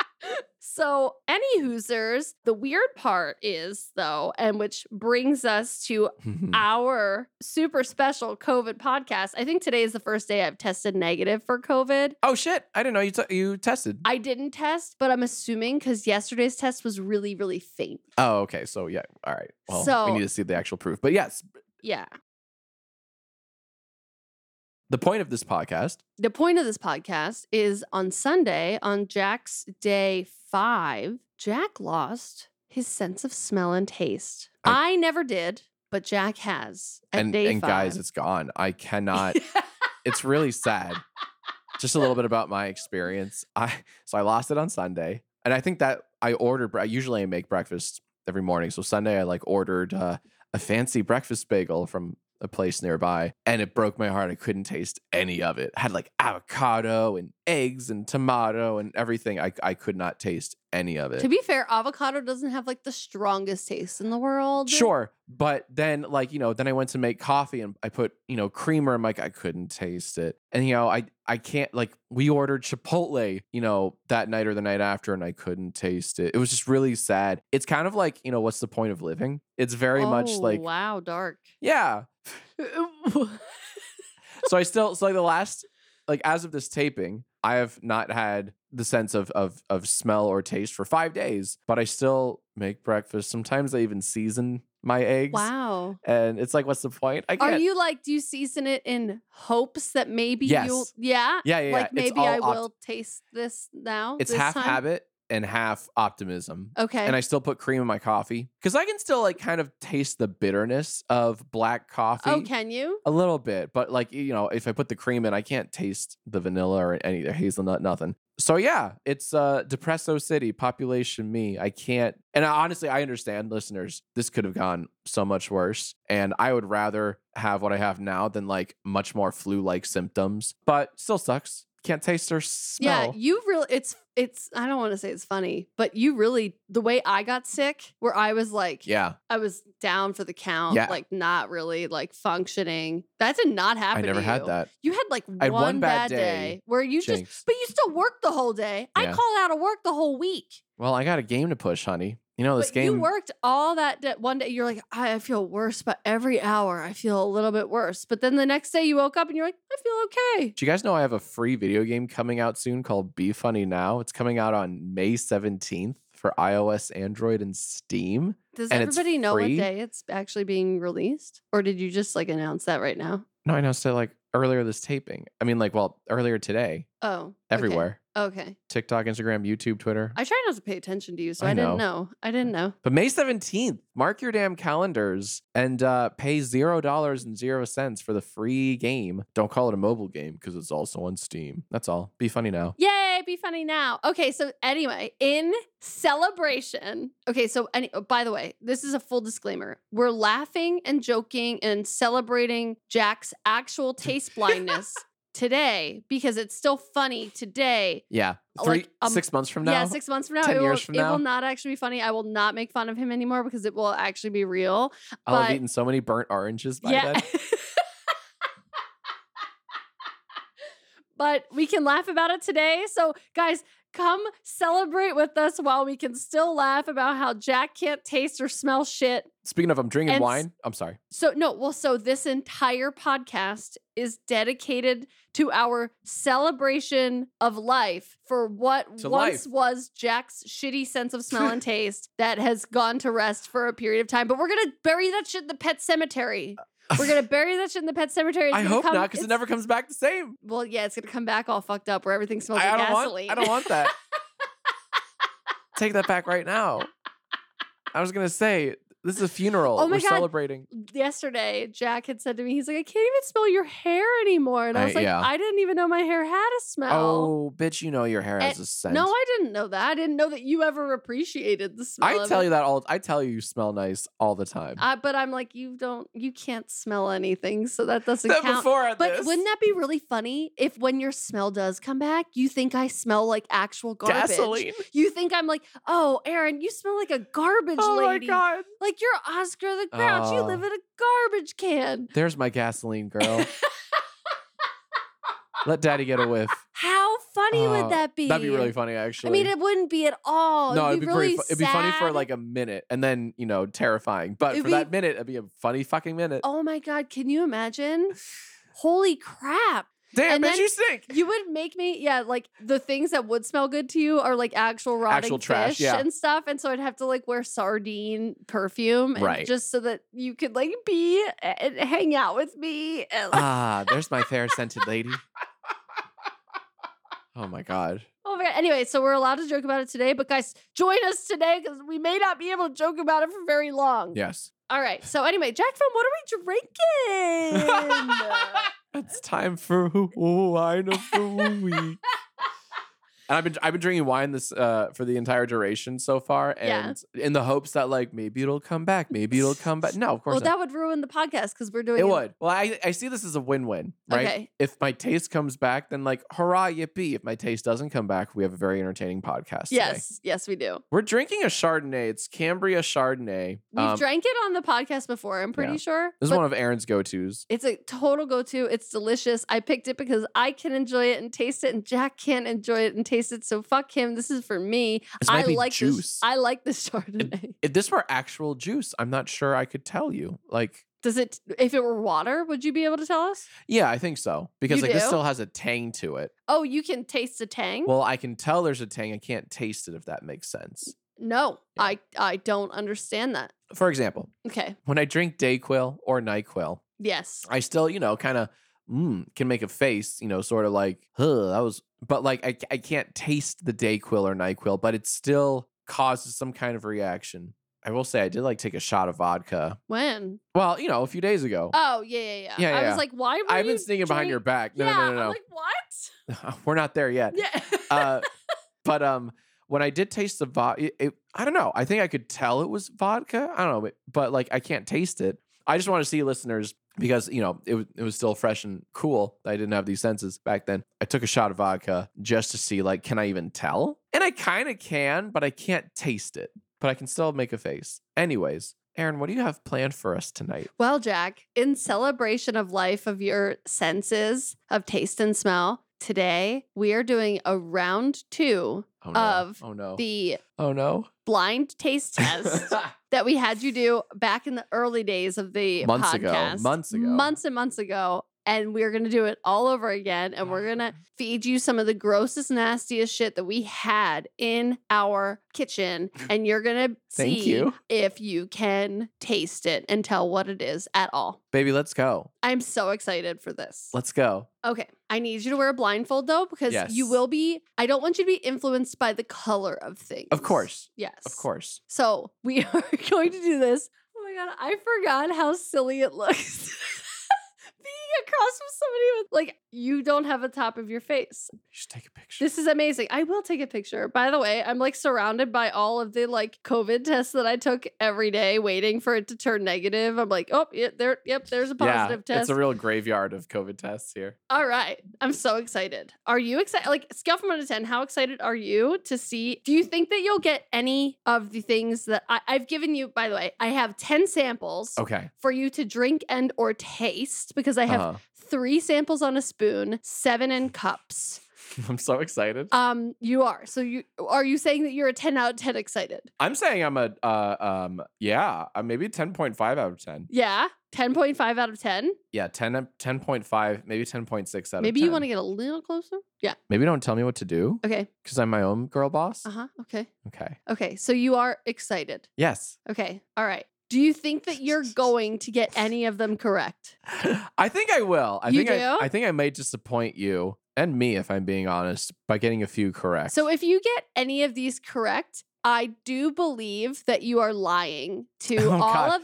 Speaker 2: So, any hoosers, the weird part is though, and which brings us to
Speaker 1: Hmm.
Speaker 2: our super special COVID podcast. I think today is the first day I've tested negative for COVID.
Speaker 1: oh shit! I didn't know you t- you tested.
Speaker 2: I didn't test, but I'm assuming because yesterday's test was really, really faint.
Speaker 1: oh, okay. So yeah. All right. Well,
Speaker 2: So-
Speaker 1: we need to see the actual proof. But yes,
Speaker 2: Yeah.
Speaker 1: the point of this podcast.
Speaker 2: The point of this podcast is on Sunday, on Jack's day five, Jack lost his sense of smell and taste. I never did, but Jack has. At
Speaker 1: and
Speaker 2: day
Speaker 1: and guys,
Speaker 2: five.
Speaker 1: it's gone. I cannot. it's really sad. Just a little bit about my experience. I so I lost it on Sunday, and I think that I ordered. bre- Usually, I make breakfast every morning. So Sunday, I like ordered uh, a fancy breakfast bagel from a place nearby, and it broke my heart. I couldn't taste any of it. had like avocado and eggs and tomato and everything. I I could not taste any of it.
Speaker 2: to be fair, avocado doesn't have like the strongest taste in the world.
Speaker 1: Sure. But then, like, you know, then I went to make coffee and I put, you know, creamer. I'm like, I couldn't taste it. And, you know, I, I can't, like, we ordered Chipotle, you know, that night or the night after, and I couldn't taste it. It was just really sad. It's kind of like, you know, what's the point of living? It's very much
Speaker 2: Oh,
Speaker 1: like,
Speaker 2: wow, dark.
Speaker 1: yeah. So I still, so like the last, like, as of this taping, I have not had the sense of, of, of smell or taste for five days, but I still make breakfast. Sometimes I even season my eggs.
Speaker 2: wow.
Speaker 1: And it's like, what's the point? I
Speaker 2: Are
Speaker 1: can't.
Speaker 2: you like, do you season it in hopes that maybe you'll,
Speaker 1: Yes.
Speaker 2: yeah?
Speaker 1: yeah, yeah, yeah.
Speaker 2: Like
Speaker 1: It's
Speaker 2: maybe
Speaker 1: all
Speaker 2: I
Speaker 1: opt-
Speaker 2: will taste this now.
Speaker 1: It's
Speaker 2: this
Speaker 1: half
Speaker 2: time?
Speaker 1: habit and half optimism.
Speaker 2: Okay.
Speaker 1: And I still put cream in my coffee because I can still like kind of taste the bitterness of black coffee
Speaker 2: oh, can you?
Speaker 1: a little bit, but like you know, if I put the cream in, I can't taste the vanilla or any hazelnut, nothing. So yeah, it's uh Depresso City, population me. I can't and I, honestly I understand listeners, this could have gone so much worse. And I would rather have what I have now than like much more flu like symptoms. But still sucks. Can't taste or smell.
Speaker 2: Yeah, you really it's it's I don't want to say it's funny, but you really the way I got sick where I was like
Speaker 1: Yeah,
Speaker 2: I was down for the count,
Speaker 1: Yeah.
Speaker 2: like not really like functioning. That did not happen.
Speaker 1: I never
Speaker 2: to
Speaker 1: had
Speaker 2: you.
Speaker 1: that.
Speaker 2: You had like
Speaker 1: I had
Speaker 2: one,
Speaker 1: one bad
Speaker 2: bad,
Speaker 1: day,
Speaker 2: day, where you just
Speaker 1: Jinx.
Speaker 2: but you still worked the whole day. I
Speaker 1: Yeah.
Speaker 2: called out of work the whole week.
Speaker 1: Well, I got a game to push, honey. You know this
Speaker 2: but
Speaker 1: game
Speaker 2: you worked all that day. one day. You're like, I feel worse, but every hour I feel a little bit worse. But then the next day you woke up and you're like, I feel okay.
Speaker 1: Do you guys know I have a free video game coming out soon called Be Funny Now? It's coming out on May 17th for iOS, Android, and Steam.
Speaker 2: Does
Speaker 1: And it's
Speaker 2: everybody know
Speaker 1: free?
Speaker 2: what day it's actually being released? Or did you just like announce that right now?
Speaker 1: No, I announced it like earlier this taping. I mean, like, well, earlier today,
Speaker 2: Oh, okay.
Speaker 1: everywhere
Speaker 2: Okay.
Speaker 1: TikTok, Instagram, YouTube, Twitter.
Speaker 2: I try not to pay attention to you, so
Speaker 1: I
Speaker 2: I,
Speaker 1: know.
Speaker 2: didn't know. I didn't know.
Speaker 1: but May 17th, mark your damn calendars and uh, pay $0 and zero cents for the free game. Don't call it a mobile game because it's also on Steam. That's all. Be funny now.
Speaker 2: Yay, be funny now. Okay, so anyway, in celebration. Okay, so any, oh, by the way, this is a full disclaimer. We're laughing and joking and celebrating Jack's actual taste blindness today because it's still funny today.
Speaker 1: Yeah. Three,
Speaker 2: Like, um,
Speaker 1: six months from now.
Speaker 2: Yeah, six months from now,
Speaker 1: 10
Speaker 2: it, will,
Speaker 1: years from
Speaker 2: it
Speaker 1: now.
Speaker 2: will not actually be funny. I will not make fun of him anymore because it will actually be real.
Speaker 1: I'll have
Speaker 2: but-
Speaker 1: eaten so many burnt oranges by then.
Speaker 2: but we can laugh about it today. So, guys, come celebrate with us while we can still laugh about how Jack can't taste or smell shit.
Speaker 1: Speaking of, I'm drinking
Speaker 2: And s-
Speaker 1: wine. I'm sorry.
Speaker 2: So, no, well, so this entire podcast is dedicated to our celebration of life for what
Speaker 1: To
Speaker 2: once
Speaker 1: life.
Speaker 2: was Jack's shitty sense of smell and taste that has gone to rest for a period of time. But we're going to bury that shit in the pet cemetery. We're going to bury that shit in the pet cemetery. It's
Speaker 1: I
Speaker 2: gonna
Speaker 1: hope
Speaker 2: come-
Speaker 1: not, because it
Speaker 2: it's-
Speaker 1: never comes back the same.
Speaker 2: Well, yeah, it's gonna come back all fucked up where everything smells
Speaker 1: I, I
Speaker 2: like
Speaker 1: don't
Speaker 2: gasoline.
Speaker 1: want. I don't want that. Take that back right now. I was gonna say this is a funeral.
Speaker 2: Oh my
Speaker 1: We're
Speaker 2: God.
Speaker 1: celebrating.
Speaker 2: Yesterday, Jack had said to me, he's like, I can't even smell your hair anymore. And I
Speaker 1: I-
Speaker 2: was like,
Speaker 1: yeah.
Speaker 2: I didn't even know my hair had a smell.
Speaker 1: Oh, bitch! You know your hair has a scent.
Speaker 2: Eh, no, I didn't know that. I didn't know that you ever appreciated the smell.
Speaker 1: I
Speaker 2: of
Speaker 1: tell
Speaker 2: it.
Speaker 1: you that all. I tell you, you smell nice all the time.
Speaker 2: I, but I'm like, you don't, you can't smell anything, so that doesn't
Speaker 1: Said
Speaker 2: count.
Speaker 1: before at
Speaker 2: but
Speaker 1: this.
Speaker 2: wouldn't that be really funny if, when your smell does come back, you think I smell like actual garbage?
Speaker 1: gasoline?
Speaker 2: You think I'm like, oh, Aaron, you smell like a garbage
Speaker 1: Oh my
Speaker 2: lady.
Speaker 1: god!
Speaker 2: Like you're Oscar the Grouch. you
Speaker 1: Oh.
Speaker 2: live in a garbage can.
Speaker 1: There's my gasoline girl. Let daddy get a whiff.
Speaker 2: How funny
Speaker 1: Oh,
Speaker 2: would that be?
Speaker 1: That'd be really funny, actually.
Speaker 2: I mean, it wouldn't be at all.
Speaker 1: No,
Speaker 2: Oh, it'd
Speaker 1: it'd
Speaker 2: be,
Speaker 1: be,
Speaker 2: really
Speaker 1: pretty. Fu- it'd be funny for
Speaker 2: sad.
Speaker 1: like a minute, and then you know, terrifying. But
Speaker 2: It'd
Speaker 1: for that
Speaker 2: be-
Speaker 1: minute, it'd be a funny fucking minute.
Speaker 2: Oh my god, can you imagine? Holy crap.
Speaker 1: Damn,
Speaker 2: and
Speaker 1: bitch,
Speaker 2: then-
Speaker 1: you stink.
Speaker 2: You would make me, yeah, like the things that would smell good to you are like actual rotting
Speaker 1: Actual trash,
Speaker 2: fish
Speaker 1: yeah.
Speaker 2: and stuff. And so I'd have to like wear sardine perfume and
Speaker 1: Right.
Speaker 2: just so that you could like be and hang out with me. And, like,
Speaker 1: ah, there's my fair scented lady. Oh my god.
Speaker 2: Oh my god. Anyway, so we're allowed to joke about it today, but guys, join us today because we may not be able to joke about it for very long.
Speaker 1: Yes.
Speaker 2: All right. So anyway, Jack from what are we drinking?
Speaker 1: It's time for wine of the week. And I've been I've been drinking wine this uh, for the entire duration so far,
Speaker 2: Yeah.
Speaker 1: and in the hopes that like maybe it'll come back, maybe it'll come back. No, of course
Speaker 2: well,
Speaker 1: not.
Speaker 2: that would ruin the podcast because we're doing
Speaker 1: It would. Well, I, I see this as a win win, right?
Speaker 2: Okay.
Speaker 1: If my taste comes back, then like hurrah yippee. If my taste doesn't come back, we have a very entertaining podcast. today.
Speaker 2: Yes. Yes, we do.
Speaker 1: We're drinking a Chardonnay. It's Cambria Chardonnay.
Speaker 2: We've
Speaker 1: Um,
Speaker 2: drank it on the podcast before, I'm pretty
Speaker 1: yeah.
Speaker 2: sure.
Speaker 1: this is
Speaker 2: but
Speaker 1: one of Aaron's go tos.
Speaker 2: It's a total go to. It's delicious. I picked it because I can enjoy it and taste it, and Jack can't enjoy it and taste it. So fuck him. This is for me.
Speaker 1: This
Speaker 2: I
Speaker 1: might be
Speaker 2: like
Speaker 1: juice.
Speaker 2: This, I like this Chardonnay.
Speaker 1: if this were actual juice, I'm not sure I could tell you. Like,
Speaker 2: Does it? If it were water, would you be able to tell us?
Speaker 1: yeah, I think so. Because
Speaker 2: You
Speaker 1: like this
Speaker 2: do? Mm-hmm.
Speaker 1: still has a tang to it.
Speaker 2: Oh, you can taste the tang.
Speaker 1: Well, I can tell there's a tang. I can't taste it if that makes sense.
Speaker 2: no,
Speaker 1: yeah.
Speaker 2: I I don't understand that.
Speaker 1: For example,
Speaker 2: Okay.
Speaker 1: when I drink Dayquil or NyQuil,
Speaker 2: Yes.
Speaker 1: I still, you know, kind of mm, can make a face, you know, sort of like, huh, that was, but like I, I can't taste the Dayquil or NyQuil, but it still causes some kind of reaction. I will say I did like take a shot of vodka.
Speaker 2: When?
Speaker 1: Well, you know, a few days ago.
Speaker 2: Oh yeah yeah yeah.
Speaker 1: Yeah,
Speaker 2: I
Speaker 1: yeah, yeah.
Speaker 2: was like, why? Were
Speaker 1: I've
Speaker 2: you
Speaker 1: been sneaking behind your
Speaker 2: drink-
Speaker 1: back. No,
Speaker 2: yeah,
Speaker 1: no, no,
Speaker 2: I'm
Speaker 1: no.
Speaker 2: like what?
Speaker 1: no. We're not there yet.
Speaker 2: Yeah.
Speaker 1: Uh, but um, when I did taste the vodka, it, I don't know. I think I could tell it was vodka. I don't know, but, but like I can't taste it. I just want to see listeners because you know it was it was still fresh and cool. I didn't have these senses back then. I took a shot of vodka just to see like can I even tell? And I kind of can, but I can't taste it. But I can still make a face. Anyways, Aaron, what do you have planned for us tonight?
Speaker 2: Well, Jack, in celebration of life of your senses of taste and smell, today we are doing a round two
Speaker 1: Oh no!
Speaker 2: Of
Speaker 1: oh no!
Speaker 2: the
Speaker 1: oh no!
Speaker 2: blind taste test that we had you do back in the early days of the
Speaker 1: Months ago.
Speaker 2: podcast.
Speaker 1: Months ago.
Speaker 2: Months and months ago. And we're gonna do it all over again. And we're gonna feed you some of the grossest, nastiest shit that we had in our kitchen. And you're gonna
Speaker 1: Thank
Speaker 2: see
Speaker 1: you.
Speaker 2: if you can taste it and tell what it is at all.
Speaker 1: Baby, let's go.
Speaker 2: I'm so excited for this.
Speaker 1: Let's go.
Speaker 2: Okay. I need you to wear a blindfold though, because you
Speaker 1: Yes.
Speaker 2: will be, I don't want you to be influenced by the color of things.
Speaker 1: Of course.
Speaker 2: Yes.
Speaker 1: Of course.
Speaker 2: So we are going to do this. Oh my God. I forgot how silly it looks. Being across from somebody with, like, you don't have a top of your face.
Speaker 1: You should take a picture.
Speaker 2: This is amazing. I will take a picture. By the way, I'm like surrounded by all of the like COVID tests that I took every day, waiting for it to turn negative. I'm like, oh, yeah, there, yep, there's a positive
Speaker 1: yeah,
Speaker 2: test.
Speaker 1: It's a real graveyard of COVID tests here.
Speaker 2: All right. I'm so excited. Are you excited? Like, scale from 1 to 10, how excited are you to see? Do you think that you'll get any of the things that I, I've given you? By the way, I have 10 samples
Speaker 1: Okay.
Speaker 2: for you to drink and or taste because I have
Speaker 1: uh-huh.
Speaker 2: three samples on a spoon, seven in cups.
Speaker 1: Uh-huh. I'm so excited.
Speaker 2: Um, you are. So you are you saying that you're a 10 out of 10 excited?
Speaker 1: I'm saying I'm a uh um yeah, uh, maybe 10.5 out of 10.
Speaker 2: Yeah. 10.5 out of 10.
Speaker 1: Yeah, 10 up- 10.5, maybe 10.6 out of
Speaker 2: Maybe
Speaker 1: 10.
Speaker 2: you want to get a little closer. Yeah.
Speaker 1: Maybe don't tell me what to do
Speaker 2: Okay.
Speaker 1: cuz I'm my own girl boss.
Speaker 2: Uh-huh. Okay.
Speaker 1: Okay.
Speaker 2: Okay. So you are excited.
Speaker 1: Yes.
Speaker 2: Okay. All right. Do you think that you're going to get any of them correct?
Speaker 1: I think I will. I
Speaker 2: You
Speaker 1: think I,
Speaker 2: do?
Speaker 1: I think I may disappoint you and me if I'm being honest by getting a few correct.
Speaker 2: So if you get any of these correct, I do believe that you are lying to
Speaker 1: Oh,
Speaker 2: all
Speaker 1: God.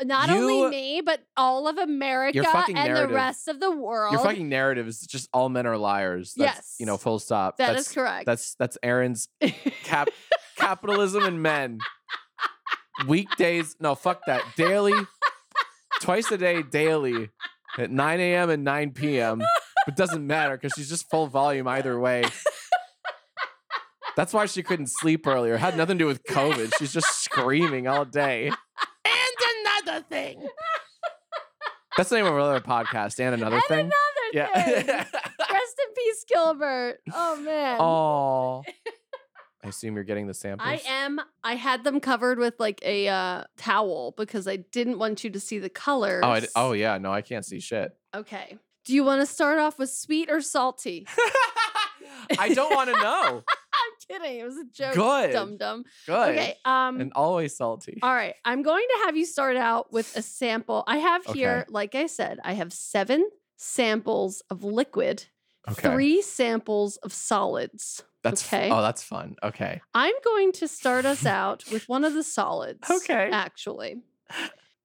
Speaker 2: of not only
Speaker 1: You-
Speaker 2: me but all of America
Speaker 1: fucking
Speaker 2: and the
Speaker 1: narrative-
Speaker 2: rest of the world.
Speaker 1: your fucking narrative is just all men are liars. That's, You know,
Speaker 2: Yes.
Speaker 1: full stop.
Speaker 2: That
Speaker 1: That's
Speaker 2: is correct.
Speaker 1: That's that's Aaron's cap capitalism and men. Weekdays, no, fuck that. Daily, twice a day, daily, at 9 a.m. and 9 p.m. It doesn't matter because she's just full volume either way. That's why she couldn't sleep earlier. It had nothing to do with COVID. She's just screaming all day. And another thing. That's the name of another podcast. And another
Speaker 2: and
Speaker 1: thing.
Speaker 2: another thing.
Speaker 1: yeah.
Speaker 2: Rest in peace, Gilbert. Oh man.
Speaker 1: Oh. I assume you're getting the samples.
Speaker 2: I am. I had them covered with like a uh, towel because I didn't want you to see the colors.
Speaker 1: Oh, I d oh yeah, no, I can't see shit.
Speaker 2: Okay. Do you want to start off with sweet or salty?
Speaker 1: I don't want to know.
Speaker 2: I'm kidding. It was a joke.
Speaker 1: Good.
Speaker 2: Dum dum.
Speaker 1: Good.
Speaker 2: Okay. Um.
Speaker 1: And always salty.
Speaker 2: all right. I'm going to have you start out with a sample. I have here,
Speaker 1: Okay.
Speaker 2: like I said, I have seven samples of liquid,
Speaker 1: Okay.
Speaker 2: three samples of solids.
Speaker 1: that's f-
Speaker 2: okay.
Speaker 1: Oh, that's fun. Okay.
Speaker 2: I'm going to start us out with one of the solids.
Speaker 1: Okay.
Speaker 2: Actually.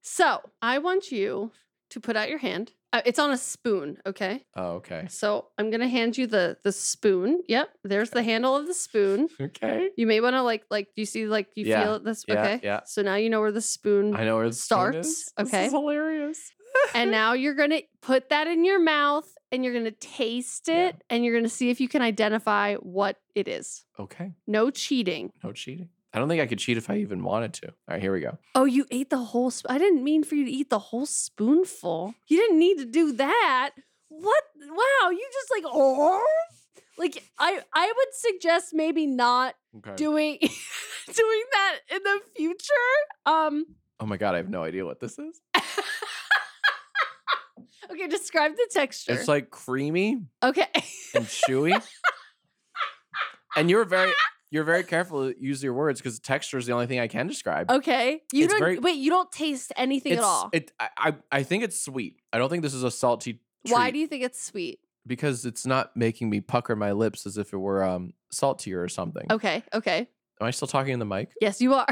Speaker 2: So I want you to put out your hand. Uh, it's on a spoon, okay?
Speaker 1: Oh, okay.
Speaker 2: So I'm gonna hand you the the spoon. Yep, there's the handle of the spoon.
Speaker 1: Okay.
Speaker 2: You may want to like like you see like you
Speaker 1: Yeah,
Speaker 2: feel it this
Speaker 1: yeah,
Speaker 2: okay.
Speaker 1: yeah.
Speaker 2: So now you know where the spoon
Speaker 1: I know where the
Speaker 2: Starts, okay.
Speaker 1: This is hilarious.
Speaker 2: and now you're gonna put that in your mouth and you're gonna taste it
Speaker 1: Yeah.
Speaker 2: and you're gonna see if you can identify what it is.
Speaker 1: Okay.
Speaker 2: No cheating.
Speaker 1: No cheating. I don't think I could cheat if I even wanted to. All right, here we go.
Speaker 2: Oh, you ate the whole. Sp- I didn't mean for you to eat the whole spoonful. You didn't need to do that. What? Wow, you just like oh, like I I would suggest maybe not
Speaker 1: Okay.
Speaker 2: doing doing that in the future. Um.
Speaker 1: oh my god, I have no idea what this is.
Speaker 2: Okay, describe the texture.
Speaker 1: It's like creamy
Speaker 2: okay.
Speaker 1: and chewy. and you're very you're very careful to use your words because texture is the only thing I can describe.
Speaker 2: Okay. You
Speaker 1: It's
Speaker 2: don't
Speaker 1: very-
Speaker 2: wait. You don't taste anything
Speaker 1: it's,
Speaker 2: at all.
Speaker 1: It I, I I think it's sweet. I don't think this is a salty
Speaker 2: Why
Speaker 1: treat
Speaker 2: do you think it's sweet?
Speaker 1: because it's not making me pucker my lips as if it were um saltier or something.
Speaker 2: Okay. Okay.
Speaker 1: Am I still talking in the mic?
Speaker 2: Yes, you are.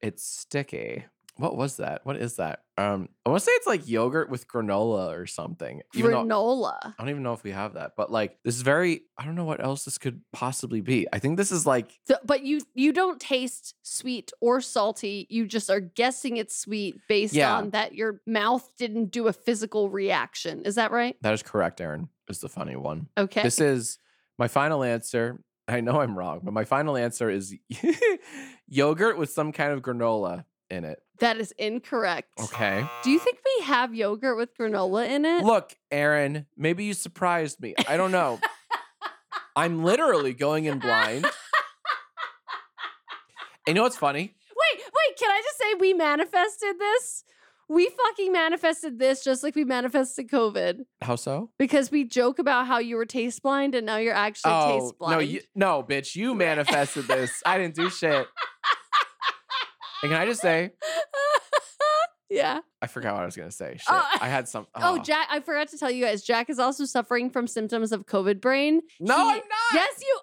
Speaker 1: It's sticky. What was that? What is that? Um, I want to say it's like yogurt with granola or something. Even though
Speaker 2: Granola.
Speaker 1: I don't even know if we have that, but like this is very. I don't know what else this could possibly be. I think this is like
Speaker 2: So, but you you don't taste sweet or salty. You just are guessing it's sweet based
Speaker 1: Yeah.
Speaker 2: on that your mouth didn't do a physical reaction. Is that right?
Speaker 1: that is correct. Aaron is the funny one.
Speaker 2: Okay.
Speaker 1: This is my final answer. I know I'm wrong, but my final answer is yogurt with some kind of granola in it.
Speaker 2: that is incorrect.
Speaker 1: Okay.
Speaker 2: Do you think we have yogurt with granola in it?
Speaker 1: Look, Aaron, maybe you surprised me. I don't know. I'm literally going in blind. And you know what's funny?
Speaker 2: Wait, wait, can I just say we manifested this? We fucking manifested this just like we manifested COVID
Speaker 1: How so?
Speaker 2: because we joke about how you were taste blind and now you're actually taste blind.
Speaker 1: Oh, no, you, no, bitch, you manifested this. I didn't do shit. And can I just say,
Speaker 2: yeah.
Speaker 1: I forgot what I was gonna say. Shit,
Speaker 2: Oh.
Speaker 1: I had some. oh.
Speaker 2: Oh, Jack, I forgot to tell you guys, Jack is also suffering from symptoms of COVID brain.
Speaker 1: no,
Speaker 2: he-
Speaker 1: I'm not.
Speaker 2: Yes, you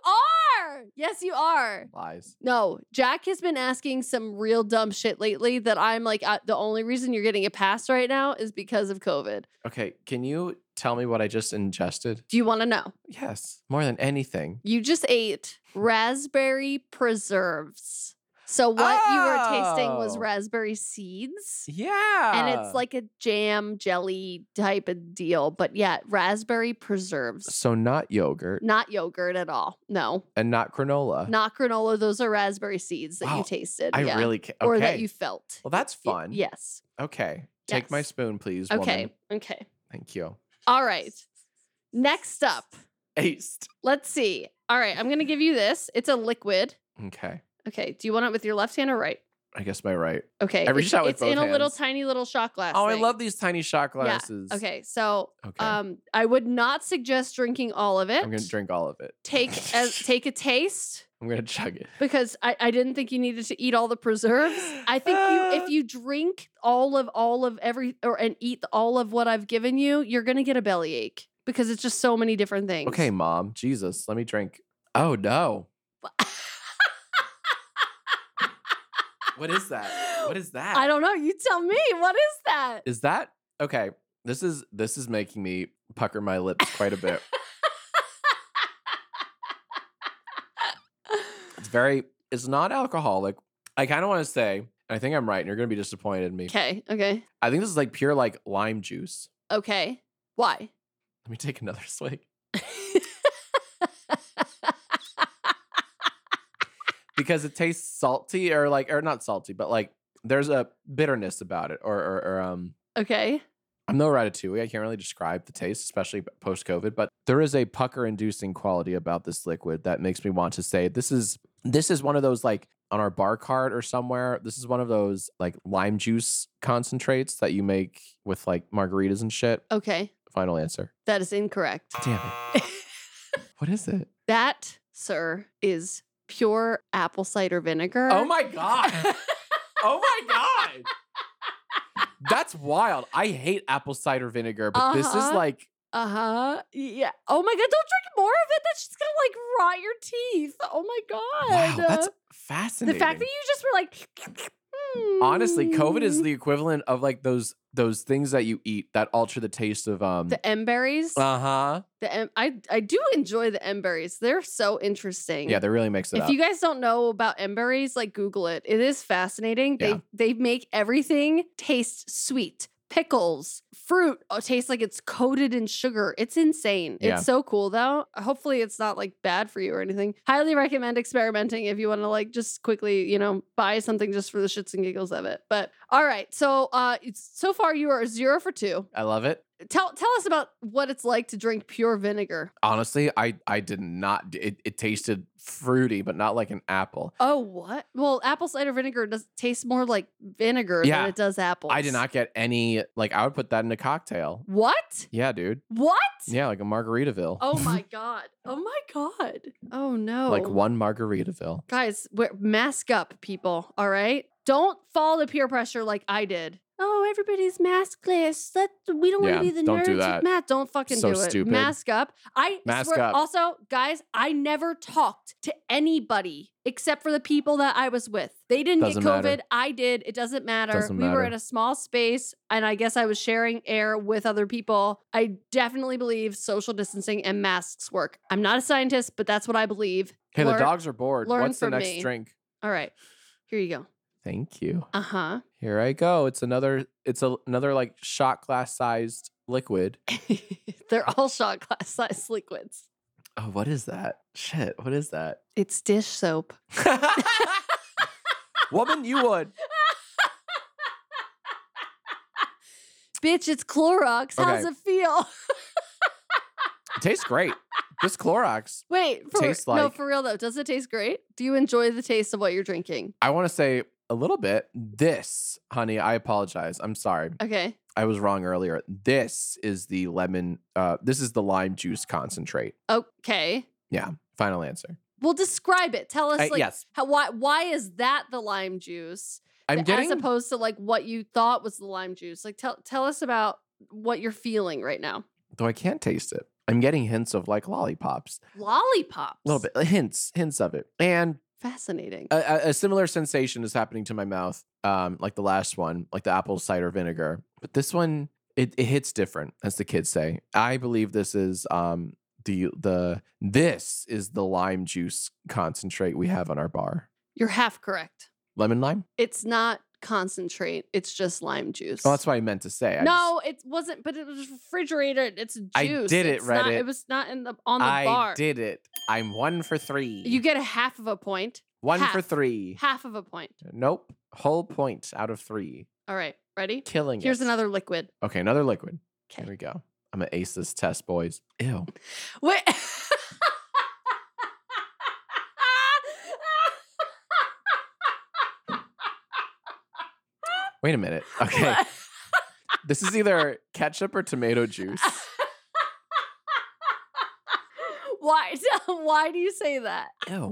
Speaker 2: are. Yes, you are.
Speaker 1: Lies.
Speaker 2: No, Jack has been asking some real dumb shit lately that I'm like, uh, the only reason you're getting a pass right now is because of COVID.
Speaker 1: Okay, can you tell me what I just ingested?
Speaker 2: Do you want to know?
Speaker 1: Yes, more than anything.
Speaker 2: You just ate raspberry preserves. So, what you were tasting was
Speaker 1: Oh.
Speaker 2: raspberry seeds.
Speaker 1: Yeah.
Speaker 2: And it's like a jam jelly type of deal. But yeah, raspberry preserves.
Speaker 1: so not yogurt
Speaker 2: Not yogurt at all. No,
Speaker 1: and not granola.
Speaker 2: not granola. Those are raspberry seeds that
Speaker 1: Uh. Wow,
Speaker 2: you tasted.
Speaker 1: I
Speaker 2: yeah.
Speaker 1: really can't. Okay.
Speaker 2: Or that you felt.
Speaker 1: well, that's
Speaker 2: Y-
Speaker 1: fun.
Speaker 2: yes.
Speaker 1: Okay. Take my
Speaker 2: Yes.
Speaker 1: spoon, please.
Speaker 2: Okay.
Speaker 1: Woman.
Speaker 2: Okay.
Speaker 1: Thank you.
Speaker 2: All right. Next up,
Speaker 1: Aced.
Speaker 2: let's see. All right. I'm going to give you this. It's a liquid.
Speaker 1: Okay.
Speaker 2: Okay. Do you want it with your left hand or right?
Speaker 1: I guess my right.
Speaker 2: Okay.
Speaker 1: I reached
Speaker 2: it's
Speaker 1: out with
Speaker 2: it's in
Speaker 1: both
Speaker 2: a little
Speaker 1: hands.
Speaker 2: tiny little shot glass.
Speaker 1: Oh, I
Speaker 2: thing.
Speaker 1: love these tiny shot
Speaker 2: Yeah,
Speaker 1: glasses.
Speaker 2: Okay. So
Speaker 1: Okay.
Speaker 2: um, I would not suggest drinking all of it.
Speaker 1: I'm gonna drink all of it.
Speaker 2: Take a, take a taste.
Speaker 1: I'm gonna chug it.
Speaker 2: because I, I didn't think you needed to eat all the preserves. I think you if you drink all of all of every or and eat all of what I've given you, you're gonna get a bellyache because it's just so many different things.
Speaker 1: Okay, mom. Jesus, let me drink. Oh no. What is that? What is that?
Speaker 2: I don't know. You tell me. What is that?
Speaker 1: Is that okay? This is this is making me pucker my lips quite a bit. It's very. It's not alcoholic. I kind of want to say. and I think I'm right, and you're gonna be disappointed in me.
Speaker 2: Okay. Okay.
Speaker 1: I think this is like pure like lime juice.
Speaker 2: Okay. Why?
Speaker 1: Let me take another swig because it tastes salty or like or not salty, but like there's a bitterness about it. Or or, or um,
Speaker 2: okay.
Speaker 1: I'm no ratatouille. I can't really describe the taste, especially post COVID. But there is a pucker-inducing quality about this liquid that makes me want to say this is this is one of those like on our bar cart or somewhere. This is one of those like lime juice concentrates that you make with like margaritas and shit.
Speaker 2: Okay.
Speaker 1: Final answer.
Speaker 2: That is incorrect.
Speaker 1: Damn it. what is it?
Speaker 2: That, sir, is pure apple cider vinegar.
Speaker 1: Oh my god. oh my god. That's wild. I hate apple cider vinegar, but this is
Speaker 2: Uh-huh.
Speaker 1: like
Speaker 2: Uh huh. Yeah. Oh my god! Don't drink more of it. That's just gonna like rot your teeth. Oh my god!
Speaker 1: wow, that's
Speaker 2: Uh, the
Speaker 1: fascinating.
Speaker 2: fact that you just were like,
Speaker 1: Honestly, COVID is
Speaker 2: Mm.
Speaker 1: the equivalent of like those those things that you eat that alter the taste of um
Speaker 2: the M berries.
Speaker 1: uh huh.
Speaker 2: the M- I I do enjoy the M berries. They're so interesting.
Speaker 1: Yeah, that really makes it
Speaker 2: if
Speaker 1: up.
Speaker 2: you guys don't know about M berries, like Google it. It is fascinating.
Speaker 1: Yeah.
Speaker 2: They they make everything taste sweet. Pickles, fruit oh, tastes like it's coated in sugar. It's insane.
Speaker 1: Yeah.
Speaker 2: It's so cool though. Hopefully it's not like bad for you or anything. Highly recommend experimenting if you want to like just quickly, you know, buy something just for the shits and giggles of it. But all right. So uh it's, so far you are 0 for 2.
Speaker 1: I love it.
Speaker 2: Tell tell us about what it's like to drink pure vinegar.
Speaker 1: Honestly, I I did not. It, it tasted fruity, but not like an apple.
Speaker 2: Oh, what? Well, apple cider vinegar does taste more like vinegar
Speaker 1: Yeah.
Speaker 2: than it does apples.
Speaker 1: I did not get any. Like I would put that in a cocktail.
Speaker 2: What?
Speaker 1: Yeah, dude.
Speaker 2: What?
Speaker 1: Yeah, like a Margaritaville.
Speaker 2: Oh my god. Oh my god. Oh no.
Speaker 1: like one Margaritaville.
Speaker 2: Guys, we're, mask up, people. All right. Don't fall to peer pressure like I did. Oh, everybody's maskless. Let we don't
Speaker 1: Yeah,
Speaker 2: want to be the
Speaker 1: don't
Speaker 2: nerds.
Speaker 1: do that.
Speaker 2: Matt, don't fucking
Speaker 1: So
Speaker 2: do it.
Speaker 1: stupid.
Speaker 2: Mask up. I
Speaker 1: Mask
Speaker 2: swear-
Speaker 1: up.
Speaker 2: Also, guys, I never talked to anybody except for the people that I was with. They didn't
Speaker 1: Doesn't
Speaker 2: get COVID.
Speaker 1: matter.
Speaker 2: I did. It doesn't matter.
Speaker 1: Doesn't
Speaker 2: we were
Speaker 1: matter.
Speaker 2: in a small space, and I guess I was sharing air with other people. I definitely believe social distancing and masks work. I'm not a scientist, but that's what I believe.
Speaker 1: Hey, the
Speaker 2: Learn-
Speaker 1: dogs are bored.
Speaker 2: learn
Speaker 1: What's the
Speaker 2: from
Speaker 1: next
Speaker 2: me.
Speaker 1: drink?
Speaker 2: All right. Here you go.
Speaker 1: Thank you.
Speaker 2: Uh huh.
Speaker 1: Here I go. It's another. It's a, another like shot glass sized liquid.
Speaker 2: They're all shot glass sized liquids.
Speaker 1: Oh, what is that? Shit, what is that?
Speaker 2: It's dish soap.
Speaker 1: Woman, you would.
Speaker 2: Bitch, it's Clorox. How's
Speaker 1: Okay.
Speaker 2: it feel?
Speaker 1: It tastes great. Just Clorox.
Speaker 2: Wait, for,
Speaker 1: Tastes
Speaker 2: no,
Speaker 1: like-
Speaker 2: for real though. Does it taste great? Do you enjoy the taste of what you're drinking?
Speaker 1: I want to say a little bit. This, honey, I apologize. I'm sorry.
Speaker 2: Okay.
Speaker 1: I was wrong earlier. This is the lemon. Uh, this is the lime juice concentrate.
Speaker 2: Okay.
Speaker 1: Final answer.
Speaker 2: Well, describe it. Tell us,
Speaker 1: Uh,
Speaker 2: like,
Speaker 1: yes,
Speaker 2: how, why why is that the lime juice
Speaker 1: I'm
Speaker 2: th-
Speaker 1: getting.
Speaker 2: as opposed to like what you thought was the lime juice? Like, tell tell us about what you're feeling right now.
Speaker 1: though I can't taste it. I'm getting hints of like lollipops.
Speaker 2: Lollipops.
Speaker 1: A little bit Uh, hints, hints of it, and
Speaker 2: Fascinating.
Speaker 1: a, a- a similar sensation is happening to my mouth, um, like the last one, like the apple cider vinegar. But this one, it, it hits different, as the kids say. I believe this is um, the the this is the lime juice concentrate we have on our bar.
Speaker 2: you're half correct.
Speaker 1: Lemon lime.
Speaker 2: It's not concentrate. It's just lime juice.
Speaker 1: Oh, that's what I meant to say. I
Speaker 2: no, it wasn't. But it was refrigerated. It's juice.
Speaker 1: I did it,
Speaker 2: It's not-
Speaker 1: Reddit.
Speaker 2: It was not in the on
Speaker 1: just,
Speaker 2: the
Speaker 1: I
Speaker 2: bar.
Speaker 1: did it. I'm one for three.
Speaker 2: You get a half of a point.
Speaker 1: one for
Speaker 2: half.
Speaker 1: three.
Speaker 2: Half of a point.
Speaker 1: Nope, whole point out of three.
Speaker 2: All right. Ready?
Speaker 1: Killing.
Speaker 2: Here's
Speaker 1: it.
Speaker 2: another liquid.
Speaker 1: Okay, another liquid. Here
Speaker 2: Okay.
Speaker 1: we go. I'm an ace this test, boys. Ew.
Speaker 2: Wait.
Speaker 1: Wait a minute. Okay. This is either ketchup or tomato juice.
Speaker 2: Why? Why do you say that?
Speaker 1: Ew.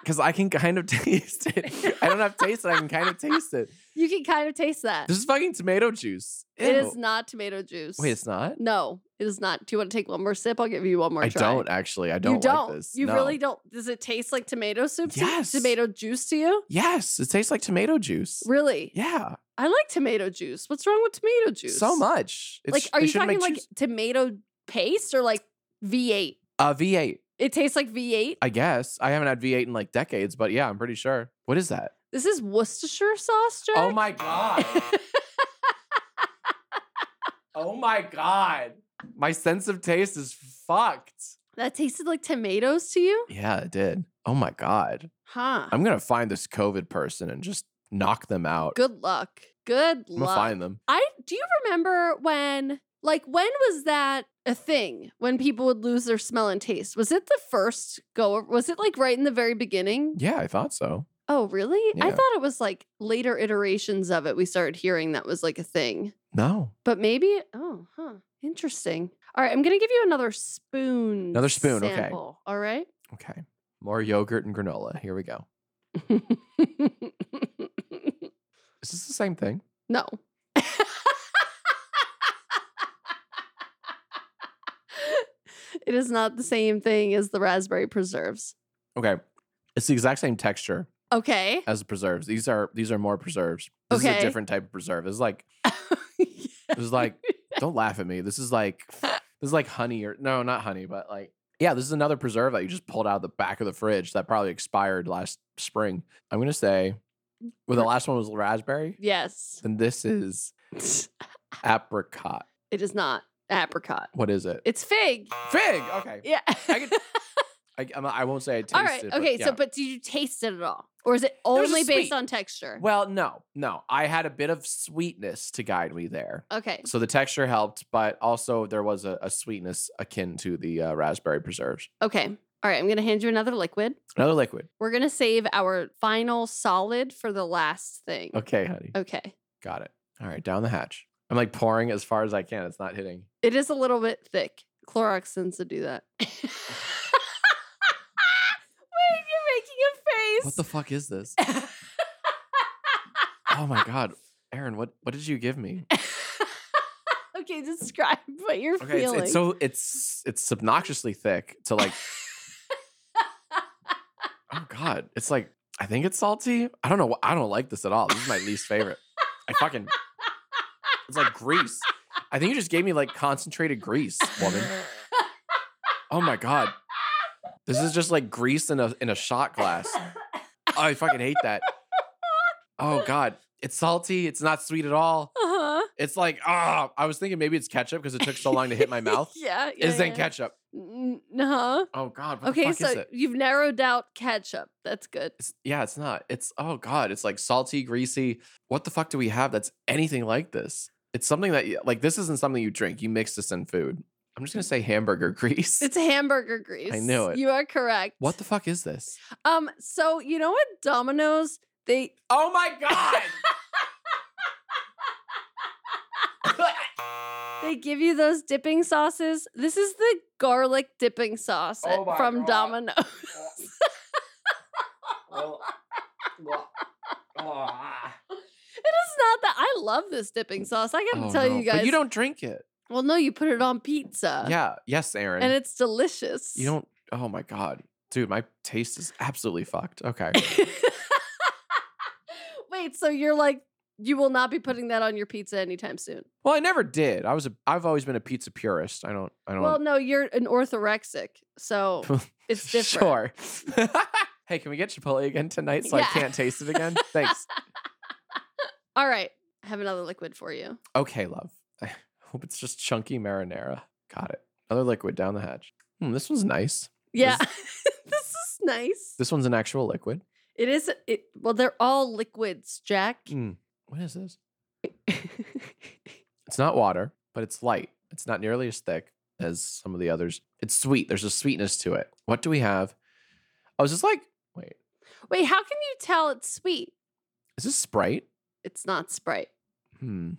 Speaker 1: Because I can kind of taste it. I don't have taste it. I can kind of taste it.
Speaker 2: you can kind of taste that.
Speaker 1: This is fucking tomato juice.
Speaker 2: It is
Speaker 1: Ew.
Speaker 2: not tomato juice.
Speaker 1: Wait, it's not?
Speaker 2: no, it is not. Do you want to take one more sip? I'll give you one more
Speaker 1: I
Speaker 2: try.
Speaker 1: don't actually. I don't,
Speaker 2: you don't.
Speaker 1: like this.
Speaker 2: You
Speaker 1: No.
Speaker 2: really don't. Does it taste like tomato soup? to you?
Speaker 1: Yes.
Speaker 2: Tomato juice to you?
Speaker 1: Yes, it tastes like tomato juice.
Speaker 2: Really?
Speaker 1: Yeah,
Speaker 2: I like tomato juice. What's wrong with tomato juice?
Speaker 1: so much. It's,
Speaker 2: Like, are
Speaker 1: they
Speaker 2: you
Speaker 1: shouldn't
Speaker 2: talking
Speaker 1: make
Speaker 2: like
Speaker 1: juice.
Speaker 2: tomato paste or like V8?
Speaker 1: a V8?
Speaker 2: It tastes like V8.
Speaker 1: Uh, I guess I haven't had V8 in like decades, but yeah, I'm pretty sure. What is that?
Speaker 2: This is Worcestershire sauce, Jack.
Speaker 1: Oh my god. oh my god. My sense of taste is fucked.
Speaker 2: that tasted like tomatoes to you?
Speaker 1: Yeah, it did. Oh my god.
Speaker 2: Huh.
Speaker 1: I'm gonna find this COVID person and just knock them out.
Speaker 2: Good luck. Good
Speaker 1: I'm gonna
Speaker 2: luck.
Speaker 1: find them.
Speaker 2: I do you remember when like when was that a thing when people would lose their smell and taste? Was it the first go was it like right in the very beginning?
Speaker 1: Yeah, I thought so.
Speaker 2: Oh, really? I
Speaker 1: Yeah.
Speaker 2: thought it was like later iterations of it we started hearing that was like a thing.
Speaker 1: No.
Speaker 2: But maybe oh, huh. Interesting. All right, I'm going to give you another spoon.
Speaker 1: Another spoon, okay.
Speaker 2: sample, All right?
Speaker 1: Okay. More yogurt and granola. Here we go. Is this the same thing?
Speaker 2: no. it is not the same thing as the raspberry preserves.
Speaker 1: Okay. It's the exact same texture.
Speaker 2: Okay.
Speaker 1: as preserves. These are these are more preserves. This is
Speaker 2: Okay.
Speaker 1: a different type of preserve. It's like Uh it was like don't laugh at me. This is like this is like honey or no, not honey, but like yeah, this is another preserve that you just pulled out of the back of the fridge that probably expired last spring. I'm gonna say well the last one was raspberry.
Speaker 2: yes.
Speaker 1: Then this is apricot.
Speaker 2: It is not apricot.
Speaker 1: What is it?
Speaker 2: It's fig.
Speaker 1: Fig. Okay.
Speaker 2: Yeah.
Speaker 1: I could I, I'm not- I won't say I tasted.
Speaker 2: all right.
Speaker 1: but
Speaker 2: Okay.
Speaker 1: yeah.
Speaker 2: So, but did you taste it at all, or is it
Speaker 1: was a
Speaker 2: only based
Speaker 1: sweet.
Speaker 2: on texture?
Speaker 1: well, no, no. I had a bit of sweetness to guide me there.
Speaker 2: okay.
Speaker 1: So the texture helped, but also there was a, a sweetness akin to the uh, raspberry preserves.
Speaker 2: Okay. All right. I'm gonna hand you another liquid.
Speaker 1: Another liquid.
Speaker 2: We're gonna save our final solid for the last thing.
Speaker 1: Okay, honey.
Speaker 2: Okay.
Speaker 1: Got it. All right, down the hatch. I'm like pouring as far as I can. It's not hitting.
Speaker 2: It is a little bit thick. Clorox tends to do that. Wait, you're making a face.
Speaker 1: What the fuck is this? Oh my god, Aaron, what what did you give me?
Speaker 2: okay, describe what you're
Speaker 1: Okay, it's,
Speaker 2: feeling.
Speaker 1: it's so it's it's obnoxiously thick to like. oh god, it's like I think it's salty. I don't know. wh- I don't like this at all. This is my least favorite. I fucking. It's like grease. I think you just gave me like concentrated grease, woman. Oh my god. This is just like grease in a in a shot glass. I fucking hate that. Oh god. It's salty, it's not sweet at all.
Speaker 2: uh-huh.
Speaker 1: It's like ah, I was thinking maybe it's ketchup because it took so long to hit my mouth.
Speaker 2: Yeah. yeah
Speaker 1: Is then
Speaker 2: yeah.
Speaker 1: ketchup.
Speaker 2: N- huh.
Speaker 1: Oh god, what the
Speaker 2: Okay,
Speaker 1: fuck is
Speaker 2: so
Speaker 1: it?
Speaker 2: you've narrowed out ketchup. That's good.
Speaker 1: It's, yeah, it's not. It's oh god, it's like salty, greasy. What the fuck do we have that's anything like this? It's something that you- like this isn't something you drink. You mix this in food. I'm just gonna say hamburger grease.
Speaker 2: It's hamburger grease.
Speaker 1: knew it.
Speaker 2: You are correct.
Speaker 1: what the fuck is this?
Speaker 2: Um. So you know what Domino's they
Speaker 1: Oh my god!
Speaker 2: they give you those dipping sauces. This is the garlic dipping sauce
Speaker 1: Oh
Speaker 2: at-
Speaker 1: my
Speaker 2: from
Speaker 1: God.
Speaker 2: Domino's. It is not that I love this dipping sauce. I gotta
Speaker 1: Oh,
Speaker 2: tell
Speaker 1: no.
Speaker 2: you guys.
Speaker 1: But you don't drink it.
Speaker 2: Well, no, you put it on pizza.
Speaker 1: yeah. Yes, Aaron.
Speaker 2: And it's delicious.
Speaker 1: you don't. Oh my god, dude, my taste is absolutely fucked. Okay.
Speaker 2: Wait, so you're like, you will not be putting that on your pizza anytime soon.
Speaker 1: well, I never did. I was. A, I've always been a pizza purist. I don't. I don't.
Speaker 2: Well, no, you're an orthorexic, so it's different.
Speaker 1: Sure. hey, can we get Chipotle again tonight so I
Speaker 2: Yeah.
Speaker 1: can't taste it again? Thanks.
Speaker 2: All right, I have another liquid for you.
Speaker 1: Okay, love. I hope it's just chunky marinara. Got it. Another liquid down the hatch. Hmm, this one's nice.
Speaker 2: Yeah, this is nice.
Speaker 1: This one's an actual liquid.
Speaker 2: It is. It well, they're all liquids, Jack.
Speaker 1: Mm, What is this? It's not water, but it's light. It's not nearly as thick as some of the others. It's sweet. There's a sweetness to it. What do we have? Oh, is this like, wait,
Speaker 2: Wait, how can you tell it's sweet?
Speaker 1: is this Sprite?
Speaker 2: It's not Sprite.
Speaker 1: Hmm.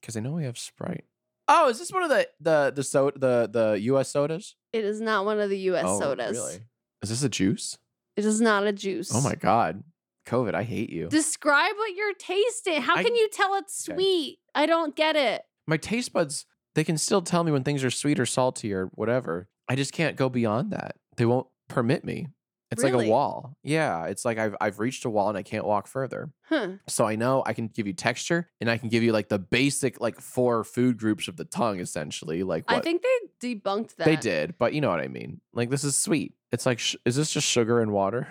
Speaker 1: Because I know we have Sprite. Oh, is this one of the the the so the the U.S. sodas?
Speaker 2: It is not one of the U.S.
Speaker 1: oh,
Speaker 2: sodas.
Speaker 1: Really? Is this a juice?
Speaker 2: It is not a juice.
Speaker 1: Oh my god, COVID! I hate you.
Speaker 2: Describe what you're tasting. How
Speaker 1: I-
Speaker 2: can you tell it's
Speaker 1: Okay.
Speaker 2: sweet? I don't get it.
Speaker 1: my taste buds they can still tell me when things are sweet or salty or whatever i just can't go beyond that they won't permit me it's like
Speaker 2: Really?
Speaker 1: a wall yeah it's like I've, I've reached a wall and i can't walk further
Speaker 2: Huh.
Speaker 1: so i know i can give you texture and i can give you like the basic like four food groups of the tongue essentially like what
Speaker 2: I think they debunked that.
Speaker 1: they did but you know what i mean like this is sweet it's like sh- is this just sugar and water